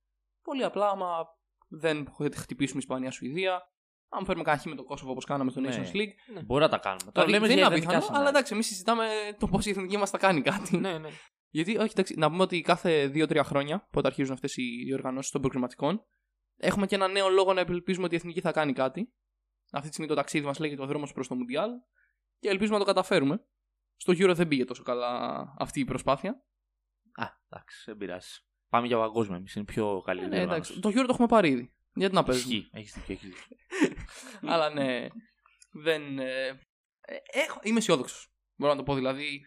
Πολύ απλά, άμα δεν χτυπήσουμε Ισπανία-Σουηδία, άμα φέρουμε κανένα χ με το Κόσοβο όπως κάναμε στο
Ναι.
Nations League.
Μπορεί να τα κάνουμε.
Δηλαδή,
λέμε
δεν
για
είναι
ιδανικά
απίθανο, αλλά
σενάρια.
εντάξει, εμείς συζητάμε το πώς η εθνική μας θα κάνει κάτι.
ναι, ναι.
Γιατί, όχι, εντάξει, να πούμε ότι κάθε 2-3 χρόνια, πότε αρχίζουν αυτές οι διοργανώσεις των προκριματικών, έχουμε και ένα νέο λόγο να ελπίζουμε ότι η εθνική θα κάνει κάτι. Αυτή τη στιγμή το ταξίδι μας λέγεται ο δρόμος προς το Μουντιάλ και ελπίζουμε να το καταφέρουμε. Στο Euro δεν πήγε τόσο καλά αυτή η προσπάθεια.
Α, εντάξει, δεν πειράζει. Πάμε για παγκόσμια εμείς. Είναι πιο καλή.
Ε,
η
ναι,
διοργάνωση.
εντάξει, το Euro το έχουμε πάρει ήδη. Γιατί να παίζουμε.
Ισχύει. Έχει δίκιο. έχεις δίκιο.
Αλλά ναι, δεν. ε, ε, έχω, είμαι αισιόδοξος. Μπορώ να το πω δηλαδή.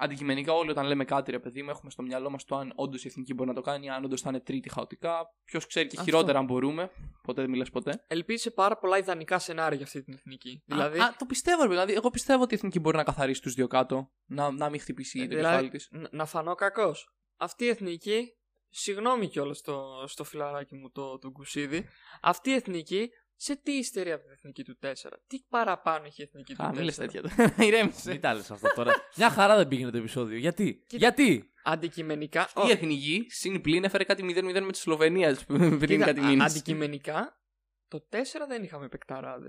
Αντικειμενικά, όλοι όταν λέμε κάτι, ρε παιδί μου, έχουμε στο μυαλό μας το αν όντως η εθνική μπορεί να το κάνει, αν όντως θα είναι τρίτη χαοτικά. Ποιος ξέρει και
Αυτό.
χειρότερα αν μπορούμε. Ποτέ δεν μιλάς ποτέ.
Ελπίζει πάρα πολλά ιδανικά σενάρια για αυτή την εθνική. δηλαδή,
Α, α, το πιστεύω, ρε, δηλαδή. Εγώ πιστεύω ότι η εθνική μπορεί να καθαρίσει τους δύο κάτω. Να, να μην
Ε,
χτυπήσει το
δηλαδή-
κεφάλι της.
ν- να φανώ κακός. Αυτή η εθνική, συγγνώμη κιόλας στο, στο φιλαράκι μου το, τον Κουσίδη, αυτή η εθνική σε τι υστερεί από την εθνική του 4. Τι παραπάνω έχει η εθνική του
Α,
4.
μην λε τέτοια. Ηρέμησε.
Μην τα λες αυτά τώρα. Μια χαρά δεν πήγαινε το επεισόδιο. Γιατί?
Κοίτα.
Γιατί?
Αντικειμενικά.
Η
όχι,
εθνική συν πλήν έφερε κάτι 0-0 με τη Σλοβενία πριν
κοίτα,
κάτι
α-
μήνες.
αντικειμενικά, το 4 δεν είχαμε παικταράδες.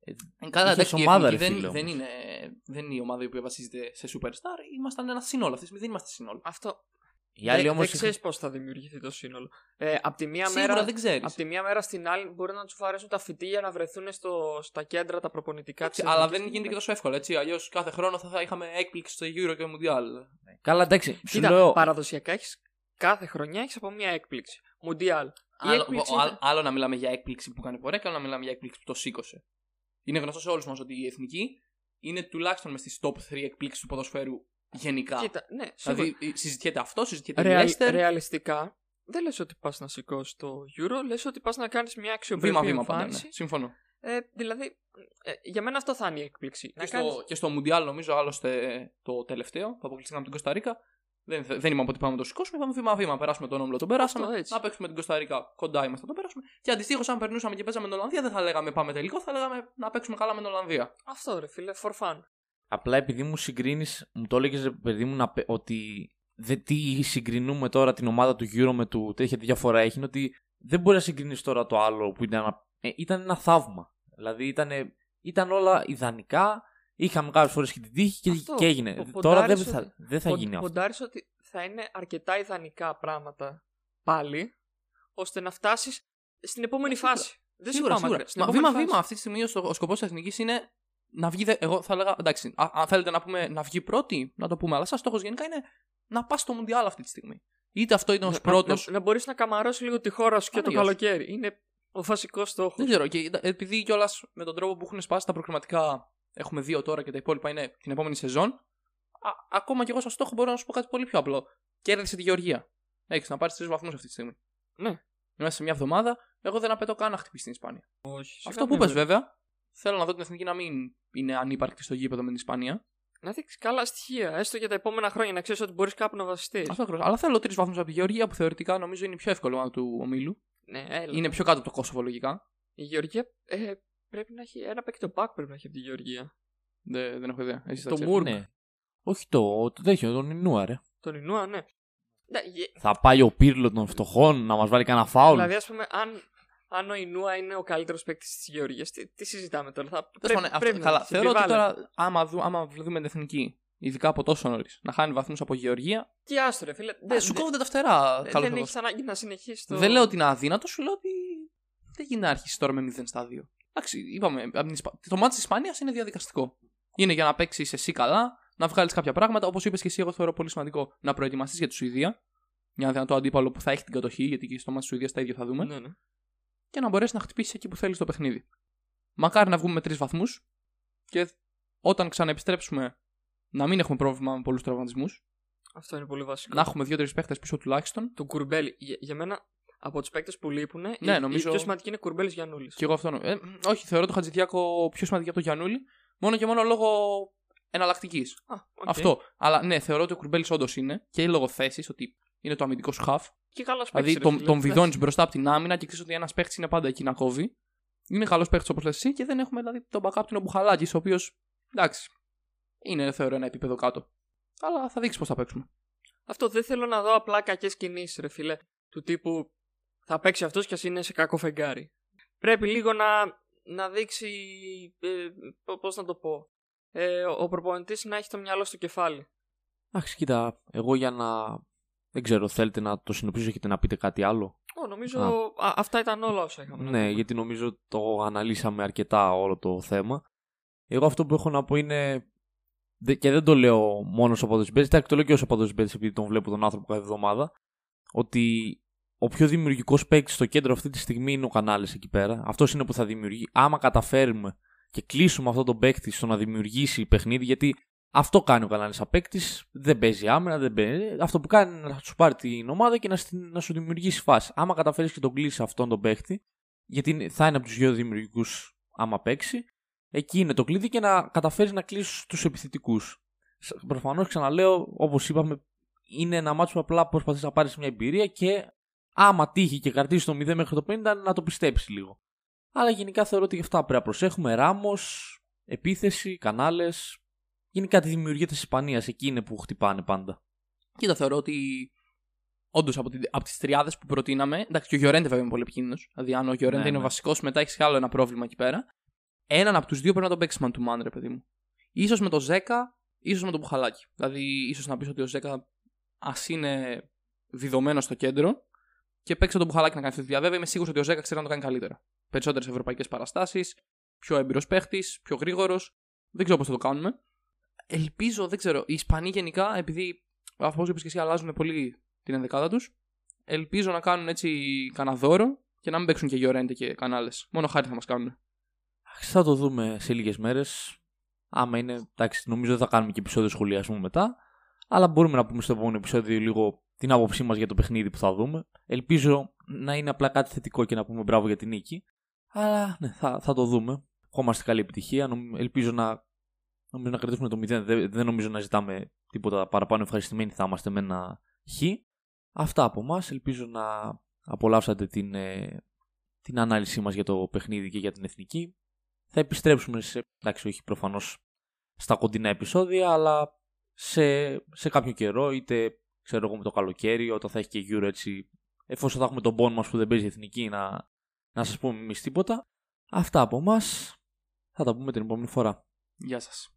Ε, Καλά,
Είχες
εντάξει, η
ομάδα,
Εθνική
ρε
δεν,
φίλε,
δεν,
όμως.
είναι, δεν είναι η ομάδα η οποία βασίζεται σε superstar. Ήμασταν ένα σύνολο αυτή τη στιγμή. Δεν είμαστε σύνολο.
Αυτό.
Οι άλλοι
δεν-
όμω.
Δεν ξέρεις πώς θα δημιουργηθεί το σύνολο. Ε, από τη μία
Σίγουρα
μέρα.
δεν ξέρεις.
Απ' τη μία μέρα στην άλλη μπορεί να τους αρέσουν τα φυτίλια να βρεθούν στο, στα κέντρα τα προπονητικά της.
Αλλά δεν γίνεται και τόσο εύκολο έτσι. Αλλιώς κάθε χρόνο θα, θα είχαμε έκπληξη στο Euro και Mundial.
Καλά, εντάξει. Σου
Κοίτα,
λέω.
παραδοσιακά έχεις, κάθε χρονιά έχεις από μια έκπληξη. Μουντιάλ. Η
Άλλο,
έκπληξη
ο- ο-
ήταν-
άλλο να μιλάμε για έκπληξη που κάνει πορεία και άλλο να μιλάμε για έκπληξη που το σήκωσε. Είναι γνωστό σε όλους μας ότι η εθνική είναι τουλάχιστον μες στις top 3 εκπλήξεις του ποδοσφαίρου γενικά.
Κοίτα, ναι, σίγουρα.
δηλαδή ε, συζητιέται αυτό, συζητιέται η
Ρεαλ-
Leicester.
Ρεαλιστικά, δεν λες ότι πας να σηκώσεις το Euro, λες ότι πας να κάνεις μια αξιοπρεπή
Βήμα-βήμα πάντα. Ναι.
εμφάνιση.
Συμφωνώ.
Ε, δηλαδή, ε, για μένα αυτό θα είναι η έκπληξη.
Και
να κάνεις...
στο, και στο Μουντιάλ, νομίζω, άλλωστε το τελευταίο που αποκλειστήκαμε από την Κωνσταντίνα, Δεν, θε- δεν είπαμε ότι πάμε να το σηκώσουμε, είπαμε βήμα-βήμα. Περάσουμε τον όμιλο, τον περάσαμε.
Αυτό, έτσι.
Να παίξουμε την Κωνσταντίνα κοντά είμαστε, τον περάσουμε. Και αντιστοίχως, αν περνούσαμε και παίζαμε την Ολλανδία, δεν θα λέγαμε πάμε τελικό, θα λέγαμε να παίξουμε καλά με την Ολλανδία.
Αυτό ρε φίλε, for fun.
Απλά επειδή μου συγκρίνεις, μου το έλεγες παιδί μου να, πε- ότι δε, τι συγκρινούμε τώρα την ομάδα του Euro με του τέτοια τι διαφορά έχει, είναι ότι δεν μπορεί να συγκρίνεις τώρα το άλλο που ήταν, ένα- ε, ήταν ένα θαύμα. Δηλαδή ήταν, ήταν όλα ιδανικά. Είχαμε κάποιες φορές και την τύχη και,
Αυτό,
και έγινε.
πο-
τώρα δεν
ποντάρεις
θα,
ότι-
δεν θα
Πον-
γίνει αυτό.
ποντάρεις ότι θα είναι αρκετά ιδανικά πράγματα πάλι, ώστε να φτάσεις στην επόμενη
Ε, Σίγουρα.
φάση. Δεν σου
σίγουρα,
πάμε
σίγουρα.
ακραία. Στην
Μα
επόμενη
βήμα-βήμα
φάση.
αυτή τη στιγμή ο, ο σκοπός της εθνικής είναι να βγει. δε- Εγώ θα έλεγα. Εντάξει, α- αν θέλετε να πούμε να βγει πρώτη, να το πούμε. Αλλά σαν στόχος γενικά είναι να πας στο Μουντιάλ αυτή τη στιγμή. Είτε αυτό ήταν ως
Να-
πρώτος.
Να, να μπορείς να καμαρώσεις λίγο τη χώρα σου και το
Άνοιγες.
καλοκαίρι. Είναι ο βασικός στόχος.
Δεν ξέρω. Και επειδή κιόλας με τον τρόπο που έχουν σπάσει τα προκριματικά, έχουμε δύο τώρα και τα υπόλοιπα είναι την επόμενη σεζόν. Α, ακόμα κι εγώ σαν στόχο μπορώ να σου πω κάτι πολύ πιο απλό. Κέρδισε τη Γεωργία. Έχεις να πάρεις τρεις βαθμούς αυτή τη στιγμή.
Ναι.
Μέσα σε μια εβδομάδα, εγώ δεν απαιτώ καν να χτυπήσει την Ισπανία.
Όχι,
Αυτό που πες βέβαια, θέλω να δω την εθνική να μην είναι ανύπαρκτη στο γήπεδο με την Ισπανία.
Να δείξει καλά στοιχεία, έστω για τα επόμενα χρόνια, να ξέρεις ότι μπορείς κάπου να βασιστείς.
Αυτό ακριβώς. Αλλά θέλω τρεις βαθμούς από τη Γεωργία που θεωρητικά νομίζω είναι η πιο εύκολη ομάδα του ομίλου.
Ναι, έλα.
Είναι πιο κάτω από το Κόσοβο λογικά.
Η Γεωργία ε, πρέπει να έχει. Ένα παίκτη το back πρέπει να έχει από τη Γεωργία.
Δε- δεν έχω ιδέα. Εσύ τα
Το
ξέρεις.
Μουρ-
Ναι. Όχι το, το τέτοιο, τον Ινούα, ρε.
Τον Ινούα, ναι. Ναι, γε-
Θα πάει ο πύρλο των φτωχών να μας βάλει κανένα φάουλ.
Δηλαδή, ας πούμε, αν, αν ο Ινούα είναι ο καλύτερος παίκτης της Γεωργίας, τι, τι, συζητάμε τώρα. Θα,
Τέλος πάντων, ναι, αυτό-
να
καλά.
έχει,
Θεωρώ ότι
επιβάλλεται.
τώρα, άμα, δου, άμα δούμε την εθνική, ειδικά από τόσο νωρίς, να χάνει βαθμούς από Γεωργία.
Τι άστρο, ρε, φίλε.
Δεν, σου κόβονται τα φτερά.
Ε, δεν-
καλώς
δεν
ήρθατε.
έχει ανάγκη να συνεχίσει το.
Δεν λέω ότι είναι αδύνατο, σου λέω ότι δεν γίνεται να αρχίσει τώρα με 0 στα 2. Εντάξει, είπαμε, απ' την Ισπα- το μάτι της Ισπανίας είναι διαδικαστικό. Είναι για να παίξει εσύ καλά, να βγάλεις κάποια πράγματα. Όπως είπες και εσύ, εγώ θεωρώ πολύ σημαντικό να προετοιμαστείς για τη Σουηδία. Μια δυνατό αντίπαλο που θα έχει την κατοχή, γιατί και στο μάτι της Σουηδίας τα ίδια θα δούμε.
Ναι, ναι.
Και να μπορέσεις να χτυπήσεις εκεί που θέλεις το παιχνίδι. Μακάρι να βγούμε με τρεις βαθμούς και όταν ξαναεπιστρέψουμε να μην έχουμε πρόβλημα με πολλούς τραυματισμούς.
Αυτό είναι πολύ βασικό.
Να έχουμε δύο-τρει παίχτες πίσω τουλάχιστον.
Τον Κουρμπέλη. Για, για μένα, από τους παίκτες που λείπουν, ναι,
Ναι,
η,
νομίζω-
η πιο σημαντική είναι Κουρμπέλης Γιανούλη.
Και εγώ αυτό νο- ε, μ, όχι, θεωρώ το Χατζηδιάκο πιο σημαντικό από τον Γιανούλη. Μόνο και μόνο λόγω εναλλακτικής. Αυτό. Αλλά ναι, θεωρώ ότι ο Κουρμπέλης όντως είναι και λόγω θέσης ότι είναι το αμυντικό σου χαφ.
Και καλά
Δηλαδή τον, τον βιδώνεις μπροστά από την άμυνα και ξέρεις ότι ένας παίχτη είναι πάντα εκεί να κόβει. Είναι καλός παίχτη όπως λες εσύ και δεν έχουμε δηλαδή τον backup του είναι ο Μπουχαλάκης, ο οποίος εντάξει. Είναι θεωρώ ένα επίπεδο κάτω. Αλλά θα δείξεις πώς θα παίξουμε.
Αυτό δεν θέλω να δω απλά κακές κινήσεις, ρε φιλέ. Του τύπου θα παίξει αυτός κι ας είναι σε κακό φεγγάρι. Πρέπει λίγο να, να δείξει. Ε, Πώς να το πω. Ε, ο ο προπονητής να έχει το μυαλό στο κεφάλι.
Εντάξει, κοίτα, εγώ για να. Δεν ξέρω, θέλετε να το συνοψίσω, έχετε να πείτε κάτι άλλο.
Ω, νομίζω α, αυτά ήταν όλα όσα είχαμε. να
Ναι,
πούμε.
γιατί νομίζω το αναλύσαμε αρκετά όλο το θέμα. Εγώ αυτό που έχω να πω είναι. δε- Και δεν το λέω μόνος ο παδοσμπέζη, εντάξει, το λέω και ως παδοσμπέζη επειδή τον βλέπω τον άνθρωπο κάθε εβδομάδα. Ότι ο πιο δημιουργικός παίκτης στο κέντρο αυτή τη στιγμή είναι ο Κανάλης εκεί πέρα. Αυτός είναι που θα δημιουργεί. Άμα καταφέρουμε και κλείσουμε αυτόν τον παίκτη στο να δημιουργήσει παιχνίδι, γιατί αυτό κάνει ο Κανάλης σαν παίκτη. Δεν παίζει άμυνα, δεν παίζει. Αυτό που κάνει είναι να σου πάρει την ομάδα και να, στην- να σου δημιουργήσει φάση. Άμα καταφέρεις και τον κλείσεις αυτόν τον παίκτη, γιατί είναι- θα είναι από τους δύο δημιουργικούς άμα παίξει. Εκεί είναι το κλειδί και να καταφέρεις να κλείσεις τους επιθετικούς. Προφανώς ξαναλέω, όπως είπαμε, είναι ένα μάτσο που απλά προσπαθείς να πάρεις μια εμπειρία και άμα τύχει και κρατήσει το 0 μέχρι το 50 να το πιστέψεις λίγο. Αλλά γενικά θεωρώ ότι γι' αυτά πρέπει να προσέχουμε. Ράμος, επίθεση, κανάλες. Γενικά τη δημιουργία της Ισπανίας. Εκεί είναι που χτυπάνε πάντα.
Κοίτα, θεωρώ ότι όντως από, την- από τις τριάδες που προτείναμε. Εντάξει, και ο Γιωρέντε βέβαια είναι πολύ επικίνδυνος. Δηλαδή, αν ο Γιωρέντε
Ναι,
είναι ο
ναι.
βασικός, μετά έχεις και άλλο ένα πρόβλημα εκεί πέρα. Έναν από τους δύο πρέπει να τον παίξεις man του man, ρε παιδί μου. σω με το Ζέκα, ίσως με τον Μπουχαλάκη. Δηλαδή, ίσως να πεις ότι ο Ζέκα ας είναι διδομένο στο κέντρο και παίξει τον Μπουχαλάκη να κάνει αυτή τη δουλειά. Βέβαια, είμαι σίγουρος ότι ο Ζέκα ξέρει να το κάνει καλύτερα. Περισσότερες ευρωπαϊκές παραστάσεις, πιο έμπειρος παίχτης, πιο γρήγορος. Δεν ξέρω πώς θα το κάνουμε. Ελπίζω, δεν ξέρω. Οι Ισπανοί γενικά, επειδή όπω είπες και εσύ, αλλάζουν πολύ την ενδεκάδα τους. Ελπίζω να κάνουν έτσι κανένα δώρο και να μην παίξουν και Γιωρέντε και κανάλες. Μόνο χάρη θα μας κάνουν.
Εντάξει, Θα το δούμε σε λίγες μέρες. Άμα είναι. Εντάξει, νομίζω δεν θα κάνουμε και επεισόδιο σχολιασμού μετά. Αλλά μπορούμε να πούμε στο επόμενο επεισόδιο λίγο την άποψή μας για το παιχνίδι που θα δούμε. Ελπίζω να είναι απλά κάτι θετικό και να πούμε μπράβο για την νίκη. Αλλά ναι, θα, θα το δούμε. Ευχόμαστε καλή επιτυχία. Νομ- Ελπίζω να, Νομίζω να κρατήσουμε το 0. Δεν, δεν νομίζω να ζητάμε τίποτα παραπάνω. Ευχαριστημένοι θα είμαστε με ένα χ. Αυτά από εμά. Ελπίζω να απολαύσατε την, ε, την ανάλυση μας για το παιχνίδι και για την εθνική. Θα επιστρέψουμε σε. Εντάξει, όχι προφανώς στα κοντινά επεισόδια, αλλά σε, σε κάποιο καιρό, είτε ξέρω εγώ με το καλοκαίρι, όταν θα έχει και Euro έτσι. Εφόσον θα έχουμε τον πόνο μας που δεν παίζει η εθνική, να, να σας πούμε εμείς τίποτα. Αυτά από εμά. Θα τα πούμε την επόμενη φορά.
Γεια σας.